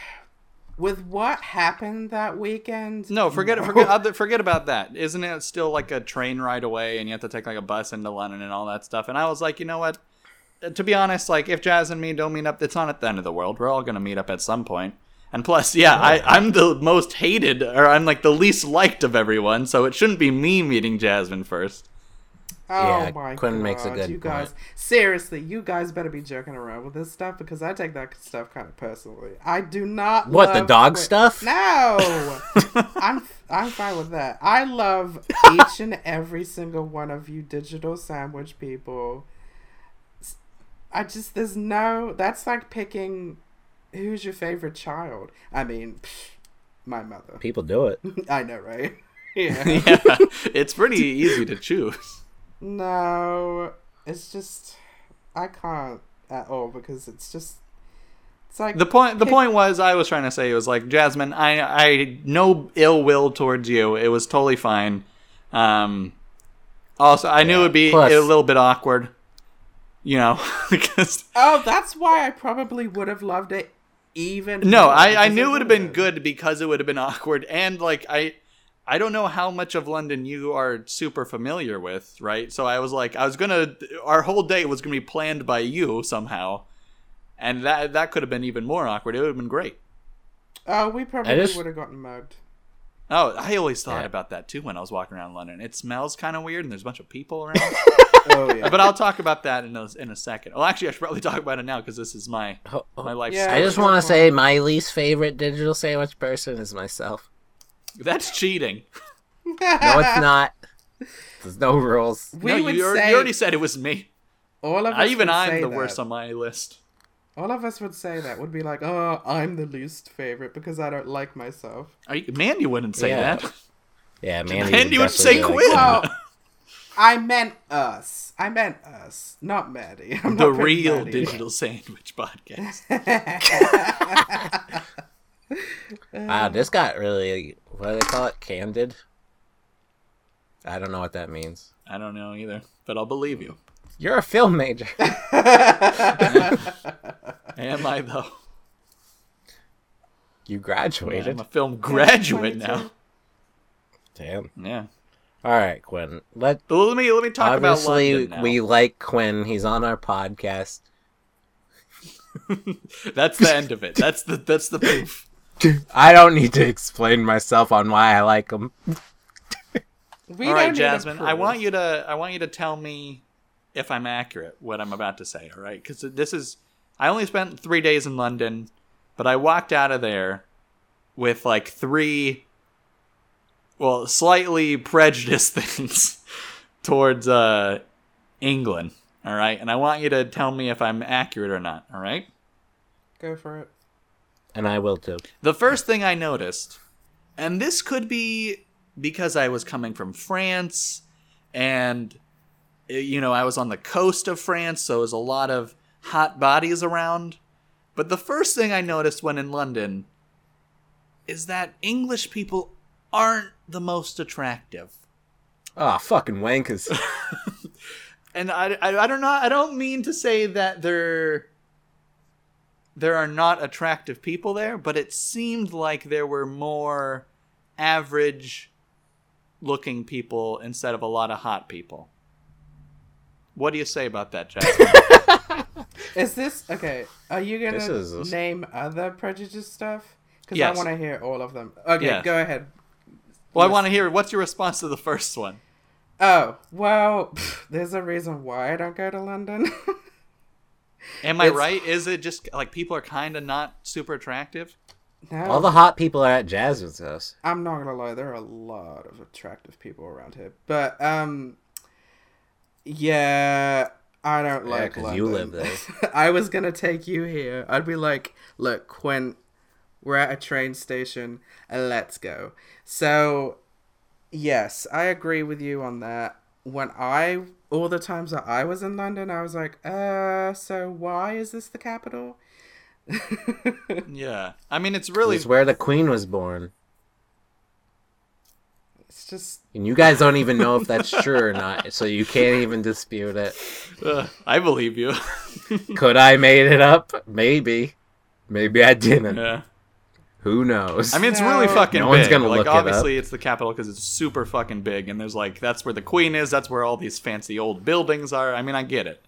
[SPEAKER 2] with what happened that weekend?
[SPEAKER 1] No, forget forget other, forget about that. Isn't it still like a train ride away, and you have to take like a bus into London and all that stuff? And I was like, you know what? Uh, To be honest, like if Jazz and me don't meet up, it's not at the end of the world. We're all gonna meet up at some point. And plus, yeah, I, I'm the most hated, or I'm like the least liked of everyone, so it shouldn't be me meeting Jasmine first.
[SPEAKER 2] Oh
[SPEAKER 3] Yeah,
[SPEAKER 2] my
[SPEAKER 3] Quinn
[SPEAKER 2] god!
[SPEAKER 3] makes a good
[SPEAKER 2] you guys,
[SPEAKER 3] point.
[SPEAKER 2] seriously, you guys better be joking around with this stuff because I take that stuff kind of personally. I do not.
[SPEAKER 3] What, the
[SPEAKER 2] love
[SPEAKER 3] dog
[SPEAKER 2] Quinn-
[SPEAKER 3] stuff?
[SPEAKER 2] No, I'm I'm fine with that. I love each and every single one of you digital sandwich people. S- I just there's no that's like picking who's your favorite child. I mean, pfft, my mother.
[SPEAKER 3] People do it.
[SPEAKER 2] I know, right? Yeah.
[SPEAKER 1] Yeah, it's pretty easy to choose.
[SPEAKER 2] No, it's just I can't at all because it's just it's like
[SPEAKER 1] The point the point was I was trying to say it was like Jasmine, I I no ill will towards you. It was totally fine. Um also I knew it would be
[SPEAKER 3] Plus-
[SPEAKER 1] a little bit awkward. You know, because
[SPEAKER 2] oh, that's why I probably would have loved it even.
[SPEAKER 1] no,
[SPEAKER 2] more,
[SPEAKER 1] I, I
[SPEAKER 2] because
[SPEAKER 1] knew it would have been good because it would have been awkward and like I I don't know how much of London you are super familiar with, right? So I was like I was gonna our whole day was gonna be planned by you somehow. And that that could have been even more awkward. It would have been great.
[SPEAKER 2] Oh, we probably
[SPEAKER 3] just-
[SPEAKER 2] would have gotten mugged.
[SPEAKER 1] Oh, I always thought
[SPEAKER 3] Yeah.
[SPEAKER 1] about that too when I was walking around London. It smells kind of weird, and there's a bunch of people around.
[SPEAKER 2] Oh yeah.
[SPEAKER 1] but I'll talk about that in a, in a second. Well, actually, I should probably talk about it now because this is my
[SPEAKER 3] Ho- ho-
[SPEAKER 1] my life.
[SPEAKER 2] Yeah.
[SPEAKER 1] story.
[SPEAKER 3] Oh, I just want to say my least favorite digital sandwich person is myself.
[SPEAKER 1] That's cheating.
[SPEAKER 3] No, it's not. There's no rules.
[SPEAKER 2] we
[SPEAKER 1] no,
[SPEAKER 2] would
[SPEAKER 1] you, already-
[SPEAKER 2] say
[SPEAKER 1] you already said it was me.
[SPEAKER 2] all of us.
[SPEAKER 1] I, even
[SPEAKER 2] would
[SPEAKER 1] I'm
[SPEAKER 2] say
[SPEAKER 1] the
[SPEAKER 2] that.
[SPEAKER 1] worst on my list.
[SPEAKER 2] All of us would say that. Would be like, oh, I'm the least favorite because I don't like myself.
[SPEAKER 1] Are you, Mandy wouldn't say
[SPEAKER 3] Yeah.
[SPEAKER 1] that.
[SPEAKER 3] Yeah, Mandy.
[SPEAKER 1] Mandy would say
[SPEAKER 3] definitely
[SPEAKER 1] quit.
[SPEAKER 3] like that.
[SPEAKER 2] Well, I meant us. I meant us, not Maddie. I'm
[SPEAKER 1] The
[SPEAKER 2] not putting
[SPEAKER 1] real
[SPEAKER 2] Maddie up.
[SPEAKER 1] digital sandwich podcast.
[SPEAKER 3] Wow, this got really. What do they call it? Candid. I don't know what that means.
[SPEAKER 1] I don't know either, but I'll believe you.
[SPEAKER 3] You're a film major.
[SPEAKER 1] Am I though?
[SPEAKER 3] You
[SPEAKER 1] I'm
[SPEAKER 3] graduated.
[SPEAKER 1] a film graduate now.
[SPEAKER 3] Damn.
[SPEAKER 1] Yeah.
[SPEAKER 3] All right, Quinn. Let
[SPEAKER 1] But let me let me talk about
[SPEAKER 3] obviously
[SPEAKER 1] London now.
[SPEAKER 3] we like Quinn. He's on our podcast.
[SPEAKER 1] That's the end of it. That's the that's the proof.
[SPEAKER 3] I don't need to explain myself on why I like him.
[SPEAKER 2] We
[SPEAKER 1] All right,
[SPEAKER 2] don't need
[SPEAKER 1] Jasmine, I
[SPEAKER 2] approval.
[SPEAKER 1] want you to I want you to tell me if I'm accurate what I'm about to say. All right, because this is I only spent three days in London, but I walked out of there with like three well, slightly prejudiced things towards uh, England. All right, and I want you to tell me if I'm accurate or not. All right.
[SPEAKER 2] Go for it.
[SPEAKER 3] And I will too.
[SPEAKER 1] The first thing I noticed, and this could be because I was coming from France and uh, you know, I was on the coast of France, so there's a lot of hot bodies around. But the first thing I noticed when in London is that English people aren't the most attractive.
[SPEAKER 3] Ah, fucking wankers.
[SPEAKER 1] and I, I, I don't know. I don't mean to say that there there are not attractive people there, but it seemed like there were more average looking people instead of a lot of hot people. What do you say about that, Jack?
[SPEAKER 2] Is this okay? Are you gonna
[SPEAKER 3] This is-
[SPEAKER 2] name other prejudice stuff? Because
[SPEAKER 1] Yes.
[SPEAKER 2] I want to hear all of them. Okay,
[SPEAKER 1] Yes.
[SPEAKER 2] go ahead.
[SPEAKER 1] well, I want to hear what's your response to the first one.
[SPEAKER 2] Oh well, there's a reason why I don't go to London.
[SPEAKER 1] Am I
[SPEAKER 2] It's-
[SPEAKER 1] right? Is it just like people are kind of not super attractive?
[SPEAKER 2] no,
[SPEAKER 3] All the hot people are at Jasmine's house.
[SPEAKER 2] I'm not gonna lie, there are a lot of attractive people around here, but um, yeah, I don't
[SPEAKER 3] Yeah,
[SPEAKER 2] like
[SPEAKER 3] 'cause
[SPEAKER 2] London.
[SPEAKER 3] you live there.
[SPEAKER 2] I was gonna take you here. I'd be like, look, Quint, we're at a train station. uh, Let's go. So, yes, I agree with you on that. When I all the times that I was in London, I was like, uh, so why is this the capital?
[SPEAKER 1] Yeah. I mean, it's
[SPEAKER 3] This
[SPEAKER 1] really
[SPEAKER 3] is where the queen was born.
[SPEAKER 2] It's just
[SPEAKER 3] And you guys don't even know if that's true or not, so you can't even dispute it.
[SPEAKER 1] Ugh, I believe you.
[SPEAKER 3] Could I made it up? Maybe. Maybe I didn't.
[SPEAKER 1] yeah.
[SPEAKER 3] Who knows?
[SPEAKER 1] I mean, it's really
[SPEAKER 2] No.
[SPEAKER 1] fucking
[SPEAKER 3] No
[SPEAKER 1] big.
[SPEAKER 3] one's gonna
[SPEAKER 1] like,
[SPEAKER 3] look it up.
[SPEAKER 1] obviously, it's the capital because it's super fucking big, and there's like that's where the queen is. That's where all these fancy old buildings are. I mean, I get it.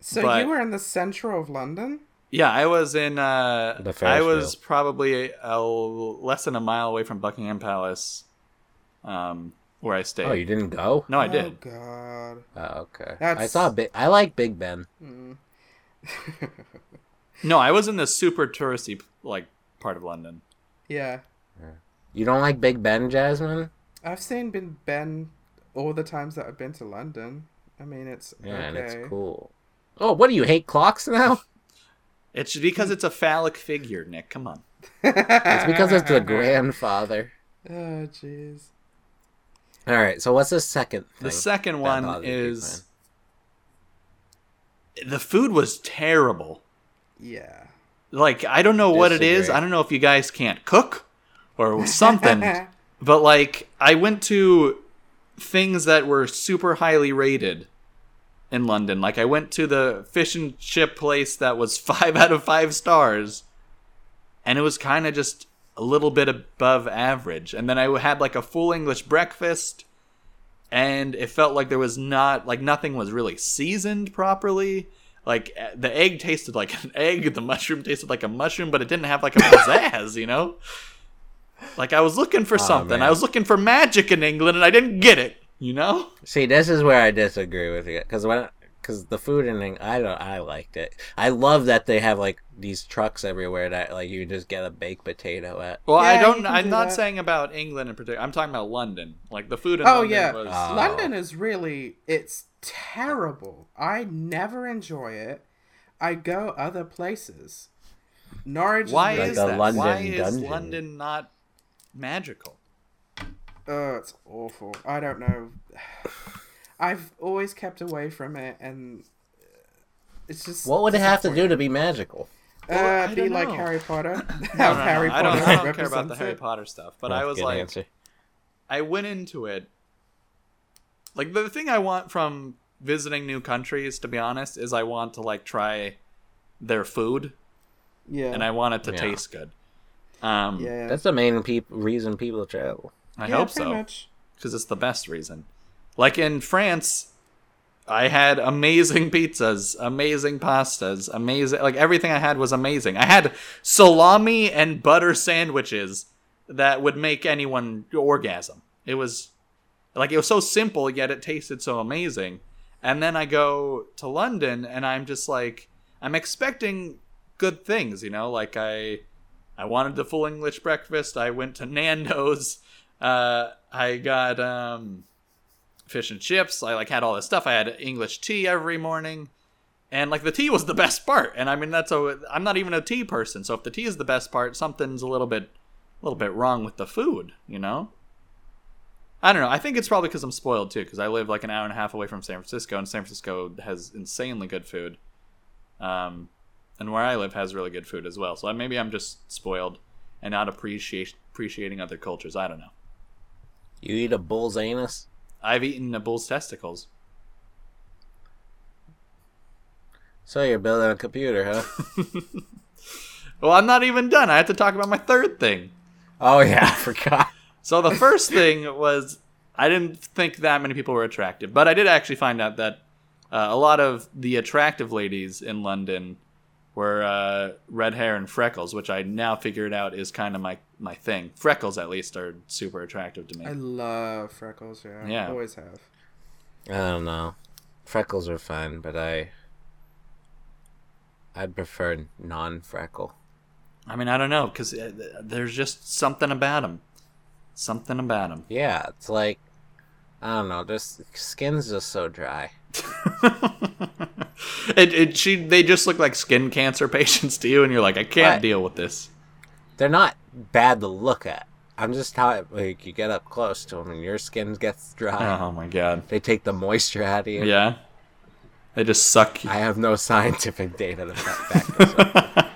[SPEAKER 2] so
[SPEAKER 1] But-
[SPEAKER 2] you were in the central of London.
[SPEAKER 1] Yeah, I was in. Uh,
[SPEAKER 3] The Ferris
[SPEAKER 1] I was
[SPEAKER 3] wheel.
[SPEAKER 1] probably a, a less than a mile away from Buckingham Palace, um, where I stayed.
[SPEAKER 3] oh, you didn't go?
[SPEAKER 1] no, I
[SPEAKER 2] Oh
[SPEAKER 1] did.
[SPEAKER 2] God.
[SPEAKER 3] Oh, okay. I
[SPEAKER 2] That's-
[SPEAKER 3] saw Big. I like Big Ben.
[SPEAKER 1] No, I was in the super touristy like part of London.
[SPEAKER 2] Yeah,
[SPEAKER 3] You don't like Big Ben, Jasmine?
[SPEAKER 2] I've seen Ben Ben all the times that I've been to London. I mean, it's
[SPEAKER 3] Yeah,
[SPEAKER 2] okay.
[SPEAKER 3] and it's cool. Oh, what do you hate clocks now?
[SPEAKER 1] It's because it's a phallic figure, Nick. Come on.
[SPEAKER 3] It's because it's the grandfather.
[SPEAKER 2] Oh jeez.
[SPEAKER 3] All right. So what's the second? Thing?
[SPEAKER 1] The second
[SPEAKER 3] that
[SPEAKER 1] one
[SPEAKER 3] bothers you,
[SPEAKER 1] is the food was terrible.
[SPEAKER 2] Yeah.
[SPEAKER 1] like I don't know what it is.
[SPEAKER 3] Disagree.
[SPEAKER 1] I don't know if you guys can't cook or something. but like I went to things that were super highly rated in London. Like I went to the fish and chip place that was 5 out of 5 stars and it was kind of just a little bit above average. And then I had like a full English breakfast and it felt like there was not like nothing was really seasoned properly. Like eh, the egg tasted like an egg, the mushroom tasted like a mushroom, but it didn't have like a pizzazz, you know? Like I was looking for something.
[SPEAKER 3] man.
[SPEAKER 1] I was looking for magic in England and I didn't get it, you know?
[SPEAKER 3] See, this is where I disagree with you because when because the food in Eng- I don't I liked it. I love that they have like these trucks everywhere that like you just get a baked potato at.
[SPEAKER 1] Well, I
[SPEAKER 2] Yeah, you
[SPEAKER 1] don't.
[SPEAKER 2] can
[SPEAKER 1] I'm
[SPEAKER 2] do
[SPEAKER 1] not
[SPEAKER 2] that.
[SPEAKER 1] saying about England in particular. I'm talking about London. Like the food in
[SPEAKER 2] Oh
[SPEAKER 1] London
[SPEAKER 2] yeah.
[SPEAKER 1] was.
[SPEAKER 3] Uh,
[SPEAKER 2] London is really it's terrible. I never enjoy it. I go other places. Norwich
[SPEAKER 1] why
[SPEAKER 3] Like
[SPEAKER 1] is
[SPEAKER 3] a
[SPEAKER 1] that?
[SPEAKER 3] London
[SPEAKER 1] why is
[SPEAKER 3] dungeon.
[SPEAKER 1] London not magical?
[SPEAKER 2] Oh, it's awful. I don't know. I've always kept away from it, and it's just.
[SPEAKER 3] What would it have to do to be magical?
[SPEAKER 1] Well,
[SPEAKER 2] Uh,
[SPEAKER 1] I
[SPEAKER 2] be
[SPEAKER 1] don't
[SPEAKER 2] like
[SPEAKER 1] know.
[SPEAKER 2] Harry Potter.
[SPEAKER 1] No,
[SPEAKER 2] How
[SPEAKER 1] no, no,
[SPEAKER 2] Harry
[SPEAKER 1] I
[SPEAKER 2] Potter
[SPEAKER 1] don't, I don't care about
[SPEAKER 2] represents
[SPEAKER 1] the Harry
[SPEAKER 2] it.
[SPEAKER 1] Potter stuff, but
[SPEAKER 3] That's
[SPEAKER 1] I
[SPEAKER 3] a
[SPEAKER 1] was
[SPEAKER 3] good
[SPEAKER 1] like,
[SPEAKER 3] answer.
[SPEAKER 1] I went into it. Like the thing I want from visiting new countries, to be honest, is I want to like try their food
[SPEAKER 2] Yeah.
[SPEAKER 1] and I want it to
[SPEAKER 3] Yeah.
[SPEAKER 1] taste good. Um,
[SPEAKER 2] yeah.
[SPEAKER 3] that's the main peop- reason people travel.
[SPEAKER 1] I
[SPEAKER 2] yeah,
[SPEAKER 1] hope
[SPEAKER 2] pretty
[SPEAKER 1] so.
[SPEAKER 2] Much.
[SPEAKER 1] because it's the best reason. Like in France, I had amazing pizzas, amazing pastas, amazing. Like everything I had was amazing. I had salami and butter sandwiches that would make anyone orgasm. It was like it was so simple, yet it tasted so amazing. And then I go to London, and I'm just like, I'm expecting good things, you know. Like I, I wanted the full English breakfast. I went to Nando's. Uh, I got um, fish and chips. I like had all this stuff. I had English tea every morning, and like the tea was the best part. And I mean, that's a I'm not even a tea person, so if the tea is the best part, something's a little bit, a little bit wrong with the food, you know. I don't know. I think it's probably because I'm spoiled too, because I live like an hour and a half away from San Francisco, and San Francisco has insanely good food. Um, and where I live has really good food as well. So maybe I'm just spoiled and not appreciate appreciating other cultures. I don't know.
[SPEAKER 3] You eat a bull's anus?
[SPEAKER 1] I've eaten a bull's testicles.
[SPEAKER 3] So you're building a computer, huh?
[SPEAKER 1] Well, I'm not even done. I have to talk about my third thing.
[SPEAKER 3] oh yeah, I forgot.
[SPEAKER 1] So the first thing was I didn't think that many people were attractive, but I did actually find out that uh, a lot of the attractive ladies in London were uh, red hair and freckles, which I now figured out is kind of my my thing. Freckles, at least, are super attractive to me.
[SPEAKER 2] I love freckles. Yeah,
[SPEAKER 1] Yeah.
[SPEAKER 2] always have.
[SPEAKER 3] I don't know. Freckles are fun, but I I'd prefer non-freckle.
[SPEAKER 1] I mean, I don't know because there's just something about them, something about them.
[SPEAKER 3] Yeah, it's like I don't know. Just skin's just so dry.
[SPEAKER 1] it, it she they just look like skin cancer patients to you, and you're like, I can't
[SPEAKER 3] Right.
[SPEAKER 1] deal with this.
[SPEAKER 3] They're not bad to look at. I'm just how like you get up close to them and your skin gets dry.
[SPEAKER 1] Oh my god.
[SPEAKER 3] They take the moisture out of you.
[SPEAKER 1] Yeah. They just suck. you-
[SPEAKER 3] I have no scientific data to back back this up.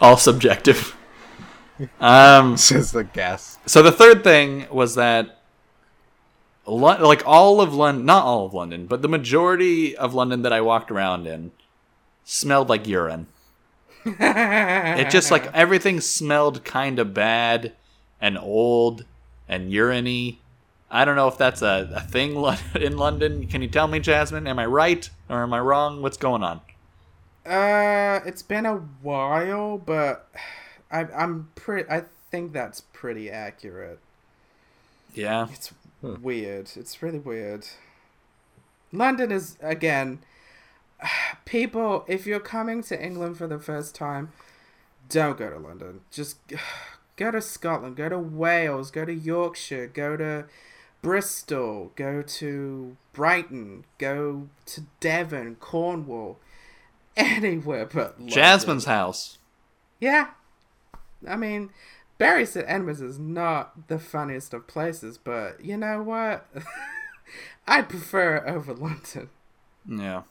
[SPEAKER 1] All subjective. Um.
[SPEAKER 3] It's just a guess.
[SPEAKER 1] So the third thing was that, Lo- like all of London, not all of London, but the majority of London that I walked around in, smelled like urine. it just like everything smelled kind of bad and old and uriny. I don't know if that's a, a thing Lon- in London. Can you tell me, Jasmine? Am I right or am I wrong? What's going on?
[SPEAKER 2] Uh, it's been a while, but I, I'm pretty. I think that's pretty accurate.
[SPEAKER 1] Yeah.
[SPEAKER 2] It's weird. It's really weird. London is again. People, if you're coming to England for the first time, don't go to London. Just go to Scotland. Go to Wales. Go to Yorkshire. Go to Bristol. Go to Brighton. Go to Devon, Cornwall, anywhere but London.
[SPEAKER 1] Jasmine's house.
[SPEAKER 2] Yeah. I mean, Barry St. Edmunds is not the funniest of places, but you know what? I'd prefer it over London.
[SPEAKER 1] Yeah.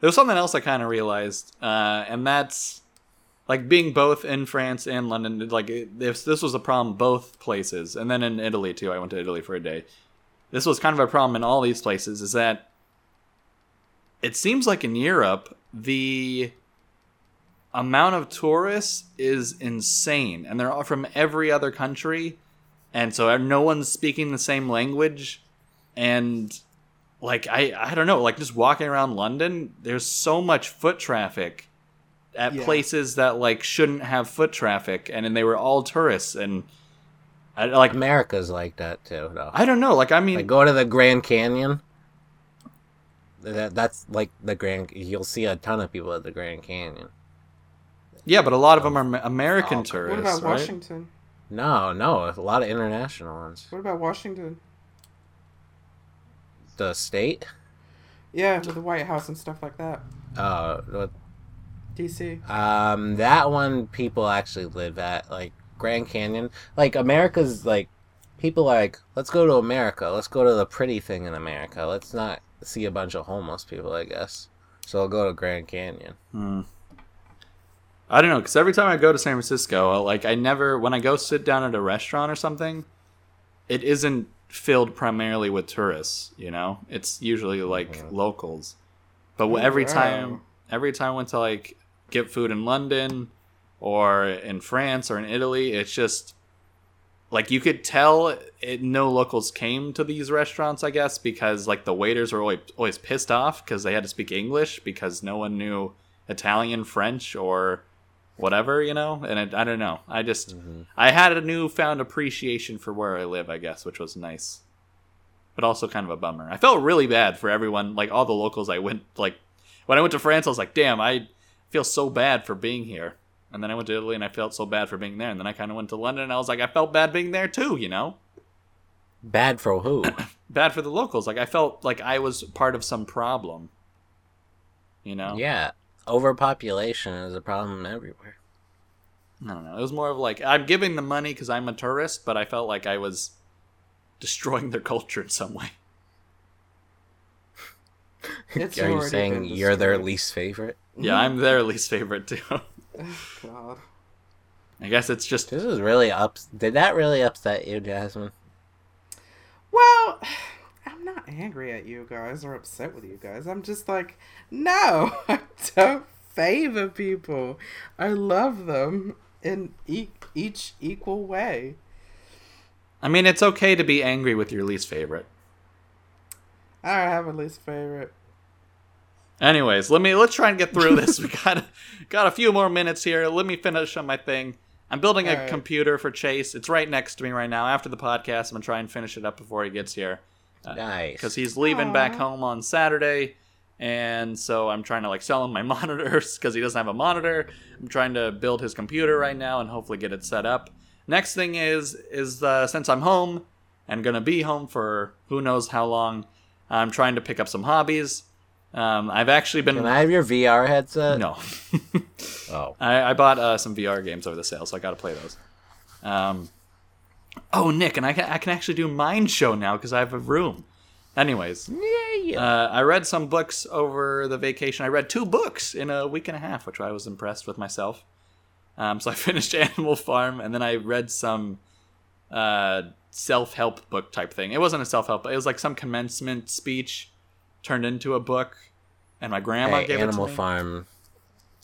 [SPEAKER 1] There was something else I kind of realized, uh, and that's like being both in France and London. Like, it- this this was a problem both places, and then in Italy too. I went to Italy for a day. This was kind of a problem in all these places. Is that it seems like in Europe the amount of tourists is insane, and they're all from every other country, and so no one's speaking the same language, and like I I don't know, like just walking around London, there's so much foot traffic at
[SPEAKER 2] Yeah.
[SPEAKER 1] places that like shouldn't have foot traffic, and then they were all tourists, and I like
[SPEAKER 3] America's like that too, though.
[SPEAKER 1] I don't know, like I mean,
[SPEAKER 3] Like go to the Grand Canyon. That that's like the Grand. You'll see a ton of people at the Grand Canyon.
[SPEAKER 1] yeah, but a lot of them are Am- American
[SPEAKER 3] Oh, what
[SPEAKER 2] What
[SPEAKER 1] tourists,
[SPEAKER 2] about
[SPEAKER 1] right?
[SPEAKER 2] Washington?
[SPEAKER 3] No, no, a lot of international ones.
[SPEAKER 2] What about Washington?
[SPEAKER 3] The state,
[SPEAKER 2] Yeah, with the White House and stuff like that.
[SPEAKER 3] uh, what-
[SPEAKER 2] DC.
[SPEAKER 3] um, that one people actually live at, like Grand Canyon. Like America's like people are like, let's go to America. Let's go to the pretty thing in America. Let's not see a bunch of homeless people, I guess. So I'll go to Grand Canyon.
[SPEAKER 1] I don't know because every time I go to San Francisco, I- like I never when I go sit down at a restaurant or something, it isn't filled primarily with tourists. You know, it's usually like locals. But wh- every
[SPEAKER 2] wow.
[SPEAKER 1] time, every time I went to like get food in London or in France or in Italy, it's just like you could tell it, no locals came to these restaurants, I guess, because like the waiters were always, always pissed off because they had to speak English because no one knew Italian, French, or whatever, you know? And it, I don't know. I just, I had a newfound appreciation for where I live, I guess, which was nice. But also kind of a bummer. I felt really bad for everyone, like all the locals I went, like, when I went to France, I was like, damn, I feel so bad for being here. And then I went to Italy and I felt so bad for being there. And then I kind of went to London and I was like, I felt bad being there too, you know?
[SPEAKER 3] Bad for who?
[SPEAKER 1] bad for the locals. Like I felt like I was part of some problem. You know?
[SPEAKER 3] yeah. Overpopulation is a problem everywhere.
[SPEAKER 1] I don't know. It was more of like I'm giving the money because I'm a tourist, but I felt like I was destroying their culture in some way.
[SPEAKER 2] It's
[SPEAKER 3] Are you
[SPEAKER 2] already
[SPEAKER 3] saying
[SPEAKER 2] been
[SPEAKER 3] you're their
[SPEAKER 2] destroyed.
[SPEAKER 3] least favorite?
[SPEAKER 1] Yeah, I'm their least favorite too.
[SPEAKER 2] God.
[SPEAKER 1] I guess it's just
[SPEAKER 3] This is really ups. Did that really upset you, Jasmine?
[SPEAKER 2] Well, I'm not angry at you guys or upset with you guys. I'm just like, no, I don't favor people. I love them in e- each equal way.
[SPEAKER 1] I mean, it's okay to be angry with your least favorite.
[SPEAKER 2] I don't have a least favorite.
[SPEAKER 1] Anyways, let me let's try and get through this. We got got a few more minutes here. Let me finish on my thing. I'm building a
[SPEAKER 2] All right.
[SPEAKER 1] computer for Chase. It's right next to me right now. After the podcast, I'm gonna try and finish it up before he gets here Uh,
[SPEAKER 3] Nice.
[SPEAKER 1] because he's leaving back
[SPEAKER 2] Aw.
[SPEAKER 1] home on Saturday, and so I'm trying to like sell him my monitors because he doesn't have a monitor. I'm trying to build his computer right now and hopefully get it set up. Next thing is is uh, since I'm home and gonna be home for who knows how long, I'm trying to pick up some hobbies. Um, I've actually been
[SPEAKER 3] Can I have your VR headset?
[SPEAKER 1] no.
[SPEAKER 3] Oh.
[SPEAKER 1] I, I bought uh, some VR games over the sale, so I got to play those. Um, oh, Nick, and I can, I can actually do Mind Show now because I have a room. Anyways,
[SPEAKER 3] Yeah.
[SPEAKER 1] uh, I read some books over the vacation. I read two books in a week and a half, which I was impressed with myself. Um, so I finished Animal Farm, and then I read some uh, self help book type thing. It wasn't a self help, but it was like some commencement speech turned into a book. And my grandma
[SPEAKER 3] Hey,
[SPEAKER 1] gave
[SPEAKER 3] Animal
[SPEAKER 1] it to me. Um,
[SPEAKER 3] Farm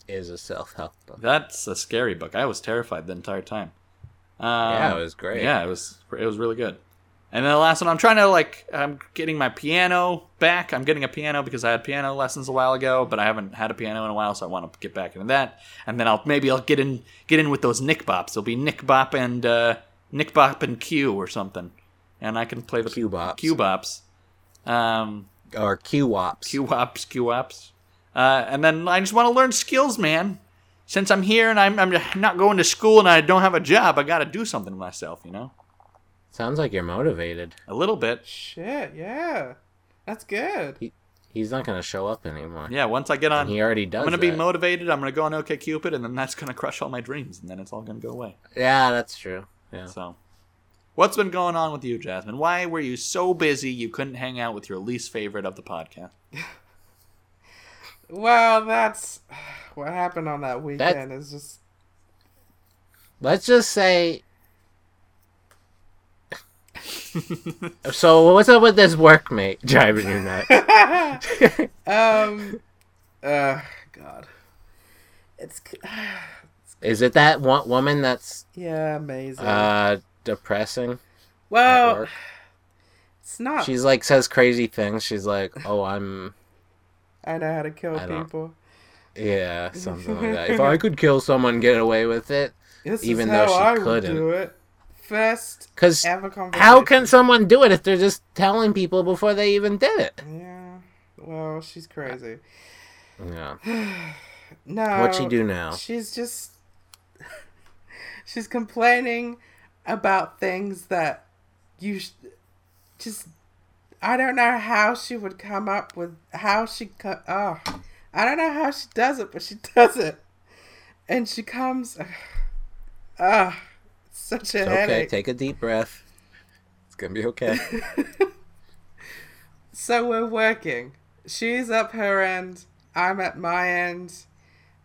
[SPEAKER 3] is a self-help book.
[SPEAKER 1] That's a scary book. I was terrified the entire time. Um,
[SPEAKER 3] yeah, it was great.
[SPEAKER 1] Yeah, it was. It was really good. And then the last one, I'm trying to like, I'm getting my piano back. I'm getting a piano because I had piano lessons a while ago, but I haven't had a piano in a while, so I want to get back into that. And then I'll maybe I'll get in get in with those Nick Bops. It'll be Nick Bop and uh, Nick Bop and Q or something, and I can play the
[SPEAKER 3] Q bops.
[SPEAKER 1] Q Bops. Um,
[SPEAKER 3] Or Q-wops.
[SPEAKER 1] QOps, QOps. Uh, and then I just want to learn skills, man. Since I'm here and I'm, I'm not going to school and I don't have a job, I got to do something with myself, you know?
[SPEAKER 3] Sounds like you're motivated.
[SPEAKER 1] A little bit.
[SPEAKER 2] Shit, yeah. That's good.
[SPEAKER 3] He's not gonna show up anymore.
[SPEAKER 1] Yeah, once I get on,
[SPEAKER 3] And he already does.
[SPEAKER 1] I'm going to be
[SPEAKER 3] that.
[SPEAKER 1] motivated. I'm going to go on OKCupid, and then that's going to crush all my dreams, and then it's all going to go away.
[SPEAKER 3] Yeah, that's true. Yeah.
[SPEAKER 1] So, what's been going on with you, Jasmine? Why were you so busy you couldn't hang out with your least favorite of the podcast?
[SPEAKER 2] Well, that's what happened on that weekend. Is just
[SPEAKER 3] Let's just say. so what's up with this workmate driving you nuts?
[SPEAKER 2] um, uh, God. It's c-
[SPEAKER 3] Is it that one woman that's
[SPEAKER 2] yeah, amazing.
[SPEAKER 3] uh depressing at
[SPEAKER 2] well,
[SPEAKER 3] work?
[SPEAKER 2] it's not.
[SPEAKER 3] She's like says crazy things. She's like, "Oh, I'm
[SPEAKER 2] I know how to kill
[SPEAKER 3] I don't-
[SPEAKER 2] people.
[SPEAKER 3] yeah, something like that. If I could kill someone, get away with it."
[SPEAKER 2] This
[SPEAKER 3] even
[SPEAKER 2] is
[SPEAKER 3] though
[SPEAKER 2] how
[SPEAKER 3] she
[SPEAKER 2] I would
[SPEAKER 3] couldn't.
[SPEAKER 2] do it. First
[SPEAKER 3] Cause
[SPEAKER 2] ever conversation.
[SPEAKER 3] how can someone do it if they're just telling people before they even did it?
[SPEAKER 2] Yeah. Well, she's crazy.
[SPEAKER 3] Yeah.
[SPEAKER 2] No.
[SPEAKER 3] What'd she do now?
[SPEAKER 2] She's just she's complaining about things that you sh- just I don't know how she would come up with how she co- oh I don't know how she does it, but she does it, and she comes. Ah, it's such a
[SPEAKER 3] It's okay.
[SPEAKER 2] headache.
[SPEAKER 3] Take a deep breath. It's gonna be okay.
[SPEAKER 2] So we're working. She's up her end. I'm at my end.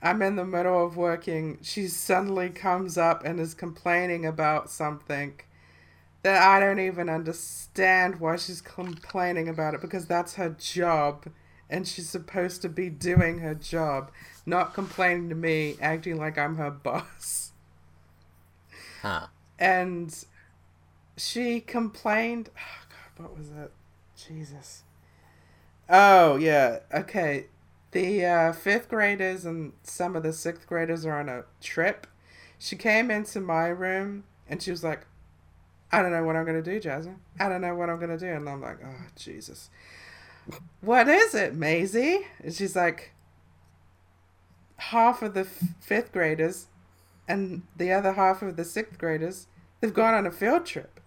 [SPEAKER 2] I'm in the middle of working. She suddenly comes up and is complaining about something that I don't even understand why she's complaining about it because that's her job and she's supposed to be doing her job, not complaining to me, acting like I'm her boss
[SPEAKER 3] Huh.
[SPEAKER 2] and she complained. Oh God, what was it? Jesus. Oh yeah. Okay. The uh, fifth graders and some of the sixth graders are on a trip. She came into my room and she was like, "I don't know what I'm gonna do, Jasmine. I don't know what I'm gonna do." And I'm like, "Oh Jesus, what is it, Maisie?" And she's like, "Half of the f- fifth graders and the other half of the sixth graders, they've gone on a field trip.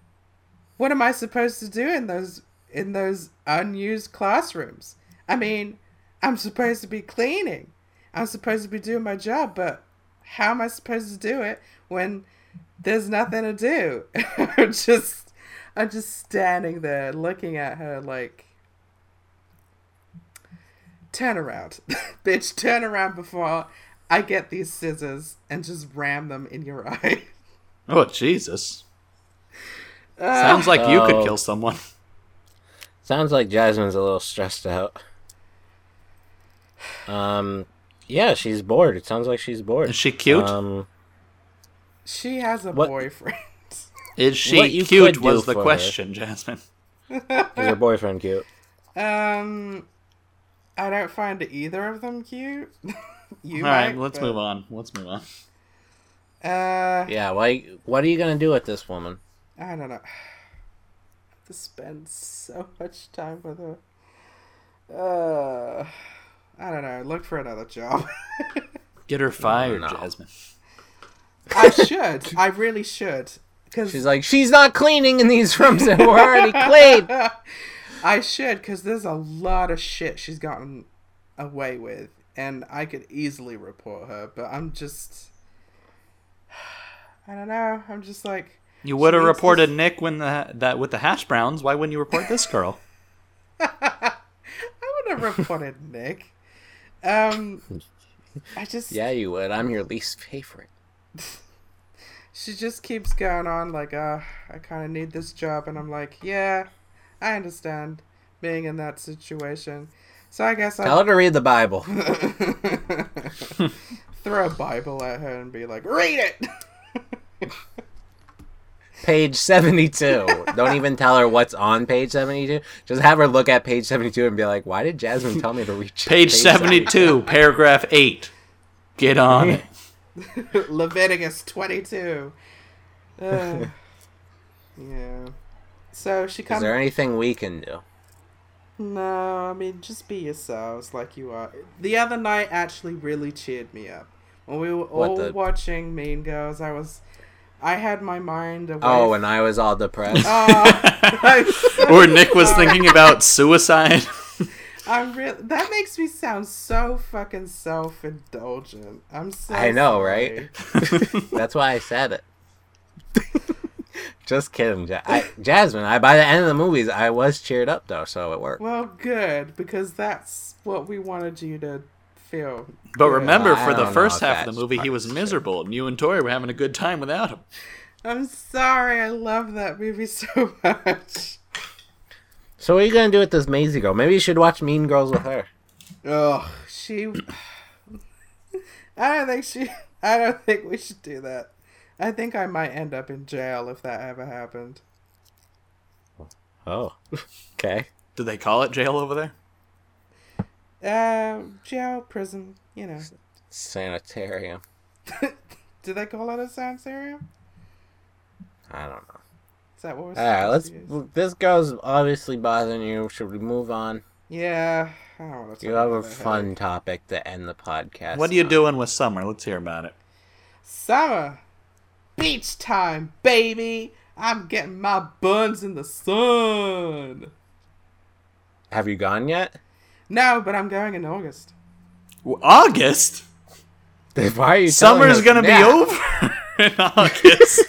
[SPEAKER 2] what am I supposed to do in those in those unused classrooms? I mean, I'm supposed to be cleaning. I'm supposed to be doing my job, but how am I supposed to do it when there's nothing to do? I'm just I'm just standing there looking at her like turn around. Bitch, turn around before I get these scissors and just ram them in your eye.
[SPEAKER 1] Oh Jesus! Sounds like you
[SPEAKER 3] Oh.
[SPEAKER 1] could kill someone.
[SPEAKER 3] Sounds like Jasmine's a little stressed out. Um, yeah, she's bored. It sounds like she's bored.
[SPEAKER 1] Is she cute?
[SPEAKER 3] Um,
[SPEAKER 2] She has a
[SPEAKER 3] What-
[SPEAKER 2] boyfriend.
[SPEAKER 1] Is
[SPEAKER 3] what
[SPEAKER 1] she
[SPEAKER 3] you could
[SPEAKER 1] cute?
[SPEAKER 3] do
[SPEAKER 1] Was the
[SPEAKER 3] for her.
[SPEAKER 1] question, Jasmine?
[SPEAKER 3] is her boyfriend cute?
[SPEAKER 2] Um, I don't find either of them cute. you
[SPEAKER 1] All right,
[SPEAKER 2] might,
[SPEAKER 1] let's
[SPEAKER 2] but,
[SPEAKER 1] move on. Let's move on.
[SPEAKER 2] Uh,
[SPEAKER 3] Yeah. Why? What are you gonna do with this woman?
[SPEAKER 2] I don't know. I have to spend so much time with her. Uh, I don't know. Look for another job.
[SPEAKER 1] Get her fired,
[SPEAKER 3] no.
[SPEAKER 1] Jasmine.
[SPEAKER 2] I should. I really should. Because
[SPEAKER 3] She's like, she's not cleaning in these rooms that were already cleaned.
[SPEAKER 2] I should, because there's a lot of shit she's gotten away with, and I could easily report her, but I'm just. I don't know. I'm just like.
[SPEAKER 1] You would have
[SPEAKER 2] needs
[SPEAKER 1] reported Nick when the that with the hash browns. Why wouldn't you report this girl?
[SPEAKER 2] I would have reported Nick. Um. I just.
[SPEAKER 3] Yeah, you would. I'm your least favorite.
[SPEAKER 2] she just keeps going on like uh i kind of need this job and i'm like yeah i understand being in that situation so i guess
[SPEAKER 3] Tell
[SPEAKER 2] i
[SPEAKER 3] her to read the Bible.
[SPEAKER 2] throw a bible at her and be like read it
[SPEAKER 3] Page 72. Don't even tell her what's on page 72. Just have her look at page 72 and be like, why did Jasmine tell me to read
[SPEAKER 1] Page seventy-two, paragraph eight. Get on it.
[SPEAKER 2] leviticus 22 uh, yeah so she
[SPEAKER 3] Is
[SPEAKER 2] comes
[SPEAKER 3] there anything we can do?
[SPEAKER 2] No, I mean just be yourselves like you are. The other night actually really cheered me up. When we were
[SPEAKER 3] What
[SPEAKER 2] all
[SPEAKER 3] the-
[SPEAKER 2] watching Mean Girls, I was I had my mind away.
[SPEAKER 3] Oh,
[SPEAKER 2] f-
[SPEAKER 3] and I was all depressed.
[SPEAKER 2] Oh, I'm so
[SPEAKER 1] or Nick was thinking about suicide.
[SPEAKER 2] I'm real that makes me sound so fucking self indulgent. I'm so
[SPEAKER 3] I know,
[SPEAKER 2] sorry.
[SPEAKER 3] right? That's why I said it. Just kidding, ja- I, Jasmine. I by the end of the movies, I was cheered up though, so it worked.
[SPEAKER 2] Well good, because that's what we wanted you to feel.
[SPEAKER 1] But
[SPEAKER 2] Yeah.
[SPEAKER 1] remember,
[SPEAKER 3] I
[SPEAKER 1] for the
[SPEAKER 3] don't know
[SPEAKER 1] first
[SPEAKER 3] if
[SPEAKER 1] half of
[SPEAKER 3] that's
[SPEAKER 1] the movie, he
[SPEAKER 3] part
[SPEAKER 1] was
[SPEAKER 3] of the
[SPEAKER 1] miserable, and you and Tori were having a good time without him.
[SPEAKER 2] I'm sorry, I love that movie so much.
[SPEAKER 3] So what are you gonna do with this Maisie girl? Maybe you should watch Mean Girls with her.
[SPEAKER 2] Ugh, she. I don't think she. I don't think we should do that. I think I might end up in jail if that ever happened.
[SPEAKER 3] Oh, okay.
[SPEAKER 1] Did they call it jail over there?
[SPEAKER 2] Uh, jail, prison, you know.
[SPEAKER 3] Sanitarium.
[SPEAKER 2] Do they call it a sanitarium?
[SPEAKER 3] I don't know.
[SPEAKER 2] Is that what we're
[SPEAKER 3] All right, Ah, let's.
[SPEAKER 2] supposed to use?
[SPEAKER 3] This girl's obviously bothering you. Should we move on?
[SPEAKER 2] Yeah, I don't want to.
[SPEAKER 3] You have a fun topic to end the podcast.
[SPEAKER 1] What are you
[SPEAKER 3] on.
[SPEAKER 1] doing with Summer? Let's hear about it.
[SPEAKER 2] Summer, beach time, baby. I'm getting my buns in the sun.
[SPEAKER 3] Have you gone yet?
[SPEAKER 2] No, but I'm going in August.
[SPEAKER 1] W- August.
[SPEAKER 3] Why are you? telling
[SPEAKER 1] Summer's
[SPEAKER 3] us
[SPEAKER 1] gonna be
[SPEAKER 3] now?
[SPEAKER 1] over in August.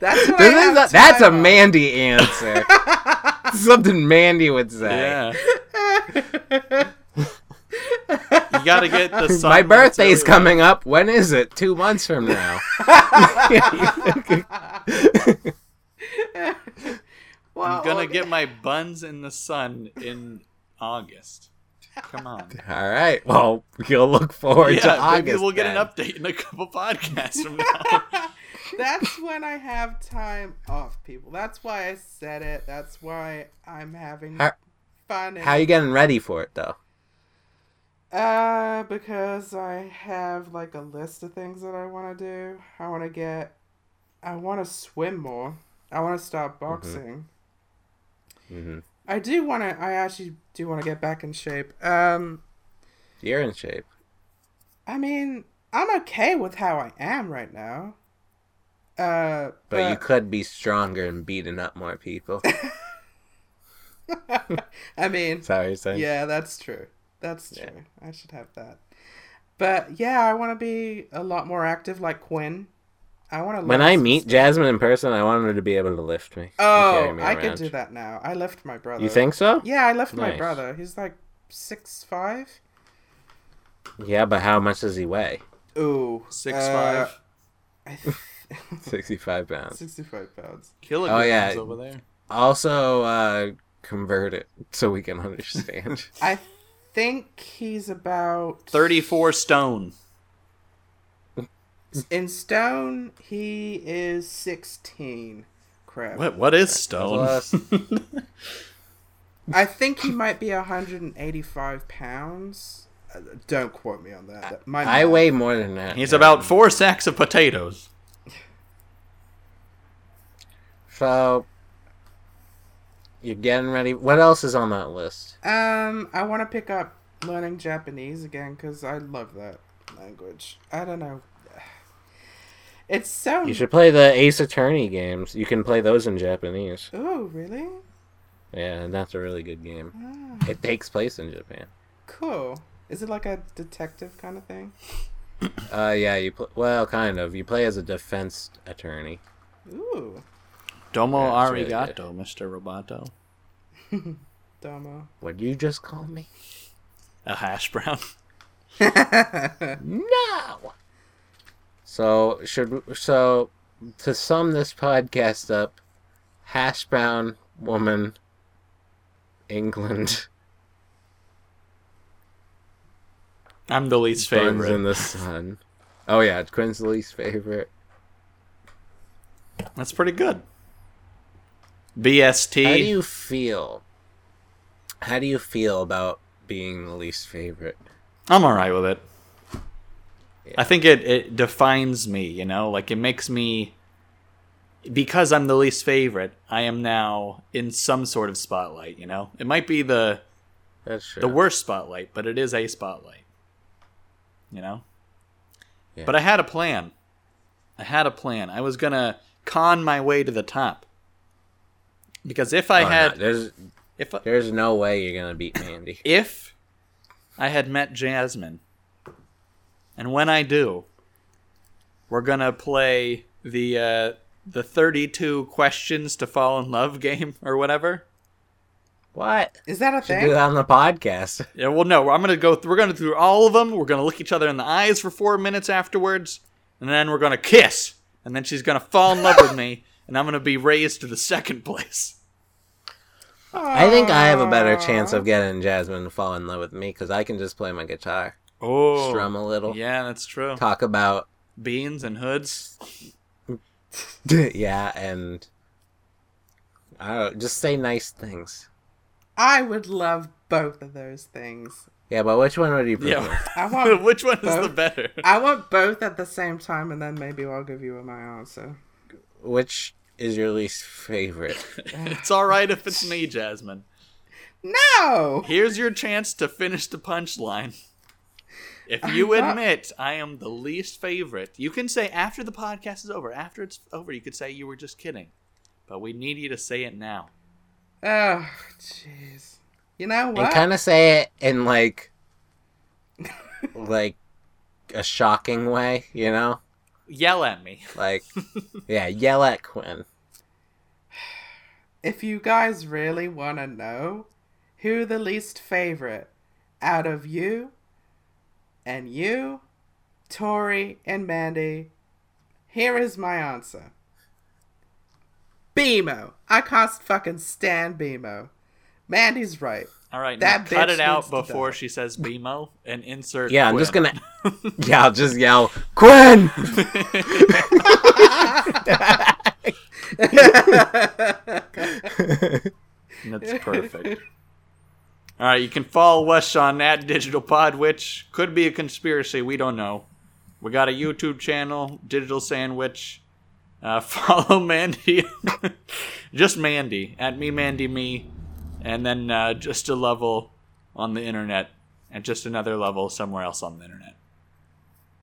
[SPEAKER 2] That's what I
[SPEAKER 3] This
[SPEAKER 2] have
[SPEAKER 3] is a, that's a
[SPEAKER 2] time on.
[SPEAKER 3] Mandy answer. Something Mandy would
[SPEAKER 1] yeah.
[SPEAKER 3] say.
[SPEAKER 1] you gotta get the. sun
[SPEAKER 3] My
[SPEAKER 1] when it's
[SPEAKER 3] birthday's
[SPEAKER 1] really
[SPEAKER 3] coming up. When is it? Two months from now.
[SPEAKER 2] Well,
[SPEAKER 1] I'm gonna
[SPEAKER 2] August-
[SPEAKER 1] get my buns in the sun in August. Come on.
[SPEAKER 3] All right. Well, you'll look forward to
[SPEAKER 1] Yeah,
[SPEAKER 3] August.
[SPEAKER 1] maybe we'll get
[SPEAKER 3] then.
[SPEAKER 1] an update in a couple podcasts from now.
[SPEAKER 2] That's when I have time off, people. That's why I said it. That's why I'm having
[SPEAKER 3] How-
[SPEAKER 2] fun.
[SPEAKER 3] How you getting ready for it though?
[SPEAKER 2] Uh, because I have like a list of things that I want to do. I want to get. I want to swim more. I want to stop
[SPEAKER 3] Mm-hmm.
[SPEAKER 2] boxing.
[SPEAKER 3] Mhm.
[SPEAKER 2] I do want to. I actually do want to get back in shape. Um,
[SPEAKER 3] You're in shape.
[SPEAKER 2] I mean, I'm okay with how I am right now. Uh,
[SPEAKER 3] But you could be stronger and beating up more people. Is
[SPEAKER 2] I mean,
[SPEAKER 3] that what you're saying?
[SPEAKER 2] yeah, that's true. That's true. I should have that. But yeah, I want to be a lot more active, like Quinn. I want to.
[SPEAKER 3] When I meet Jasmine in person, I want her to be able to lift me. and carry
[SPEAKER 2] oh,
[SPEAKER 3] me
[SPEAKER 2] I can
[SPEAKER 3] around.
[SPEAKER 2] do that now. I left my brother.
[SPEAKER 3] You think so?
[SPEAKER 2] Yeah, I left my
[SPEAKER 3] Nice.
[SPEAKER 2] brother. He's like six five.
[SPEAKER 3] Yeah, but how much does he weigh?
[SPEAKER 2] Ooh,
[SPEAKER 1] Six
[SPEAKER 2] uh,
[SPEAKER 1] five
[SPEAKER 2] I th-
[SPEAKER 3] 65 pounds.
[SPEAKER 2] Sixty-five pounds.
[SPEAKER 1] kilograms
[SPEAKER 3] oh, yeah.
[SPEAKER 1] over there.
[SPEAKER 3] Also, uh, convert it so we can understand.
[SPEAKER 2] I think he's about
[SPEAKER 1] Thirty-four stone.
[SPEAKER 2] In stone, he is sixteen. Crap.
[SPEAKER 1] What what is stone?
[SPEAKER 3] Plus-
[SPEAKER 2] I think he might be hundred and eighty-five pounds. Uh, Don't quote me on that. That- My
[SPEAKER 3] I
[SPEAKER 2] math-
[SPEAKER 3] weigh more than that.
[SPEAKER 1] He's
[SPEAKER 3] now.
[SPEAKER 1] about four sacks of potatoes.
[SPEAKER 3] So, you're getting ready. What else is on that list?
[SPEAKER 2] Um, I want to pick up learning Japanese again because I love that language. I don't know. It's so.
[SPEAKER 3] You should play the Ace Attorney games. You can play those in Japanese.
[SPEAKER 2] Ooh, really?
[SPEAKER 3] Yeah, and that's a really good game.
[SPEAKER 2] Ah,
[SPEAKER 3] It takes place in Japan.
[SPEAKER 2] cool. Is it like a detective kind of thing?
[SPEAKER 3] Uh, yeah, you pl- well, kind of. You play as a defense attorney.
[SPEAKER 2] Ooh,
[SPEAKER 1] Domo
[SPEAKER 3] Yeah, it's really
[SPEAKER 1] arigato, Mr. Roboto.
[SPEAKER 2] Domo.
[SPEAKER 3] What you just call me?
[SPEAKER 1] A hash brown.
[SPEAKER 3] No. So should so to sum this podcast up, hash brown woman, England,
[SPEAKER 1] I'm the least
[SPEAKER 3] burns in
[SPEAKER 1] favorite.
[SPEAKER 3] the sun. Oh yeah, Quinn's the least favorite.
[SPEAKER 1] That's pretty good.
[SPEAKER 3] How do
[SPEAKER 1] BST.
[SPEAKER 3] you feel? How do you feel about being the least favorite?
[SPEAKER 1] I'm all right with it.
[SPEAKER 3] Yeah.
[SPEAKER 1] I think it, it defines me, you know? Like, it makes me. Because I'm the least favorite, I am now in some sort of spotlight, you know? It might be the,
[SPEAKER 3] That's true.
[SPEAKER 1] the worst spotlight, but it is a spotlight, you know?
[SPEAKER 3] Yeah.
[SPEAKER 1] But I had a plan. I had a plan. I was going to con my way to the top. Because if I
[SPEAKER 3] Oh, no,
[SPEAKER 1] had.
[SPEAKER 3] there's
[SPEAKER 1] if I,
[SPEAKER 3] there's no way you're gonna beat Mandy.
[SPEAKER 1] if I had met Jasmine, and when I do, we're gonna play the uh, the thirty two questions to fall in love game or whatever.
[SPEAKER 3] What?
[SPEAKER 2] Is that a
[SPEAKER 3] Should do
[SPEAKER 2] thing?
[SPEAKER 3] that on the podcast.
[SPEAKER 1] Yeah, well, no, I'm gonna go. Th- we're gonna do all of them. We're gonna look each other in the eyes for four minutes afterwards, and then we're gonna kiss, and then she's gonna fall in love with me, and I'm gonna be raised to the second place.
[SPEAKER 3] I think I have a better chance of getting Jasmine to fall in love with me because I can just play my guitar,
[SPEAKER 1] Oh,
[SPEAKER 3] strum a little,
[SPEAKER 1] yeah, that's true.
[SPEAKER 3] talk about
[SPEAKER 1] Beans and hoods.
[SPEAKER 3] yeah, and I don't know, just say nice things.
[SPEAKER 2] I would love both of those things.
[SPEAKER 3] Yeah, but which one would you prefer?
[SPEAKER 1] Yeah.
[SPEAKER 2] I want.
[SPEAKER 1] Which one is the
[SPEAKER 2] Both.
[SPEAKER 1] better?
[SPEAKER 2] I want both at the same time, and then maybe I'll give you my answer.
[SPEAKER 3] Which is your least favorite?
[SPEAKER 1] it's all right if it's me, Jasmine.
[SPEAKER 2] No.
[SPEAKER 1] Here's your chance to finish the punchline. If you
[SPEAKER 2] I'm not-
[SPEAKER 1] admit I am the least favorite, you can say after the podcast is over, after it's over, you could say you were just kidding. But we need you to say it now.
[SPEAKER 2] Oh, jeez. You know
[SPEAKER 3] And
[SPEAKER 2] what?
[SPEAKER 3] kind of say it in like, like a shocking way, you know?
[SPEAKER 1] Yell at me.
[SPEAKER 3] Like, yeah, yell at Quinn.
[SPEAKER 2] if you guys really want to know who the least favorite out of you and you, Tori and Mandy, here is my answer. Beemo. I can't fucking stand Beemo. Mandy's right.
[SPEAKER 1] All right, now
[SPEAKER 2] That
[SPEAKER 1] cut
[SPEAKER 2] bitch
[SPEAKER 1] it out
[SPEAKER 2] needs to
[SPEAKER 1] before
[SPEAKER 2] die.
[SPEAKER 1] she says BMO and insert.
[SPEAKER 3] Yeah, I'm just
[SPEAKER 1] Quinn.
[SPEAKER 3] gonna. Yeah, I'll just yell, Quinn.
[SPEAKER 1] That's perfect. All right, you can follow us on at Digital Pod, which could be a conspiracy. We don't know. We got a YouTube channel, Digital Sandwich. Uh, follow Mandy, just Mandy at me Mandy me, and then uh, just a level on the internet, and just another level somewhere else on the internet.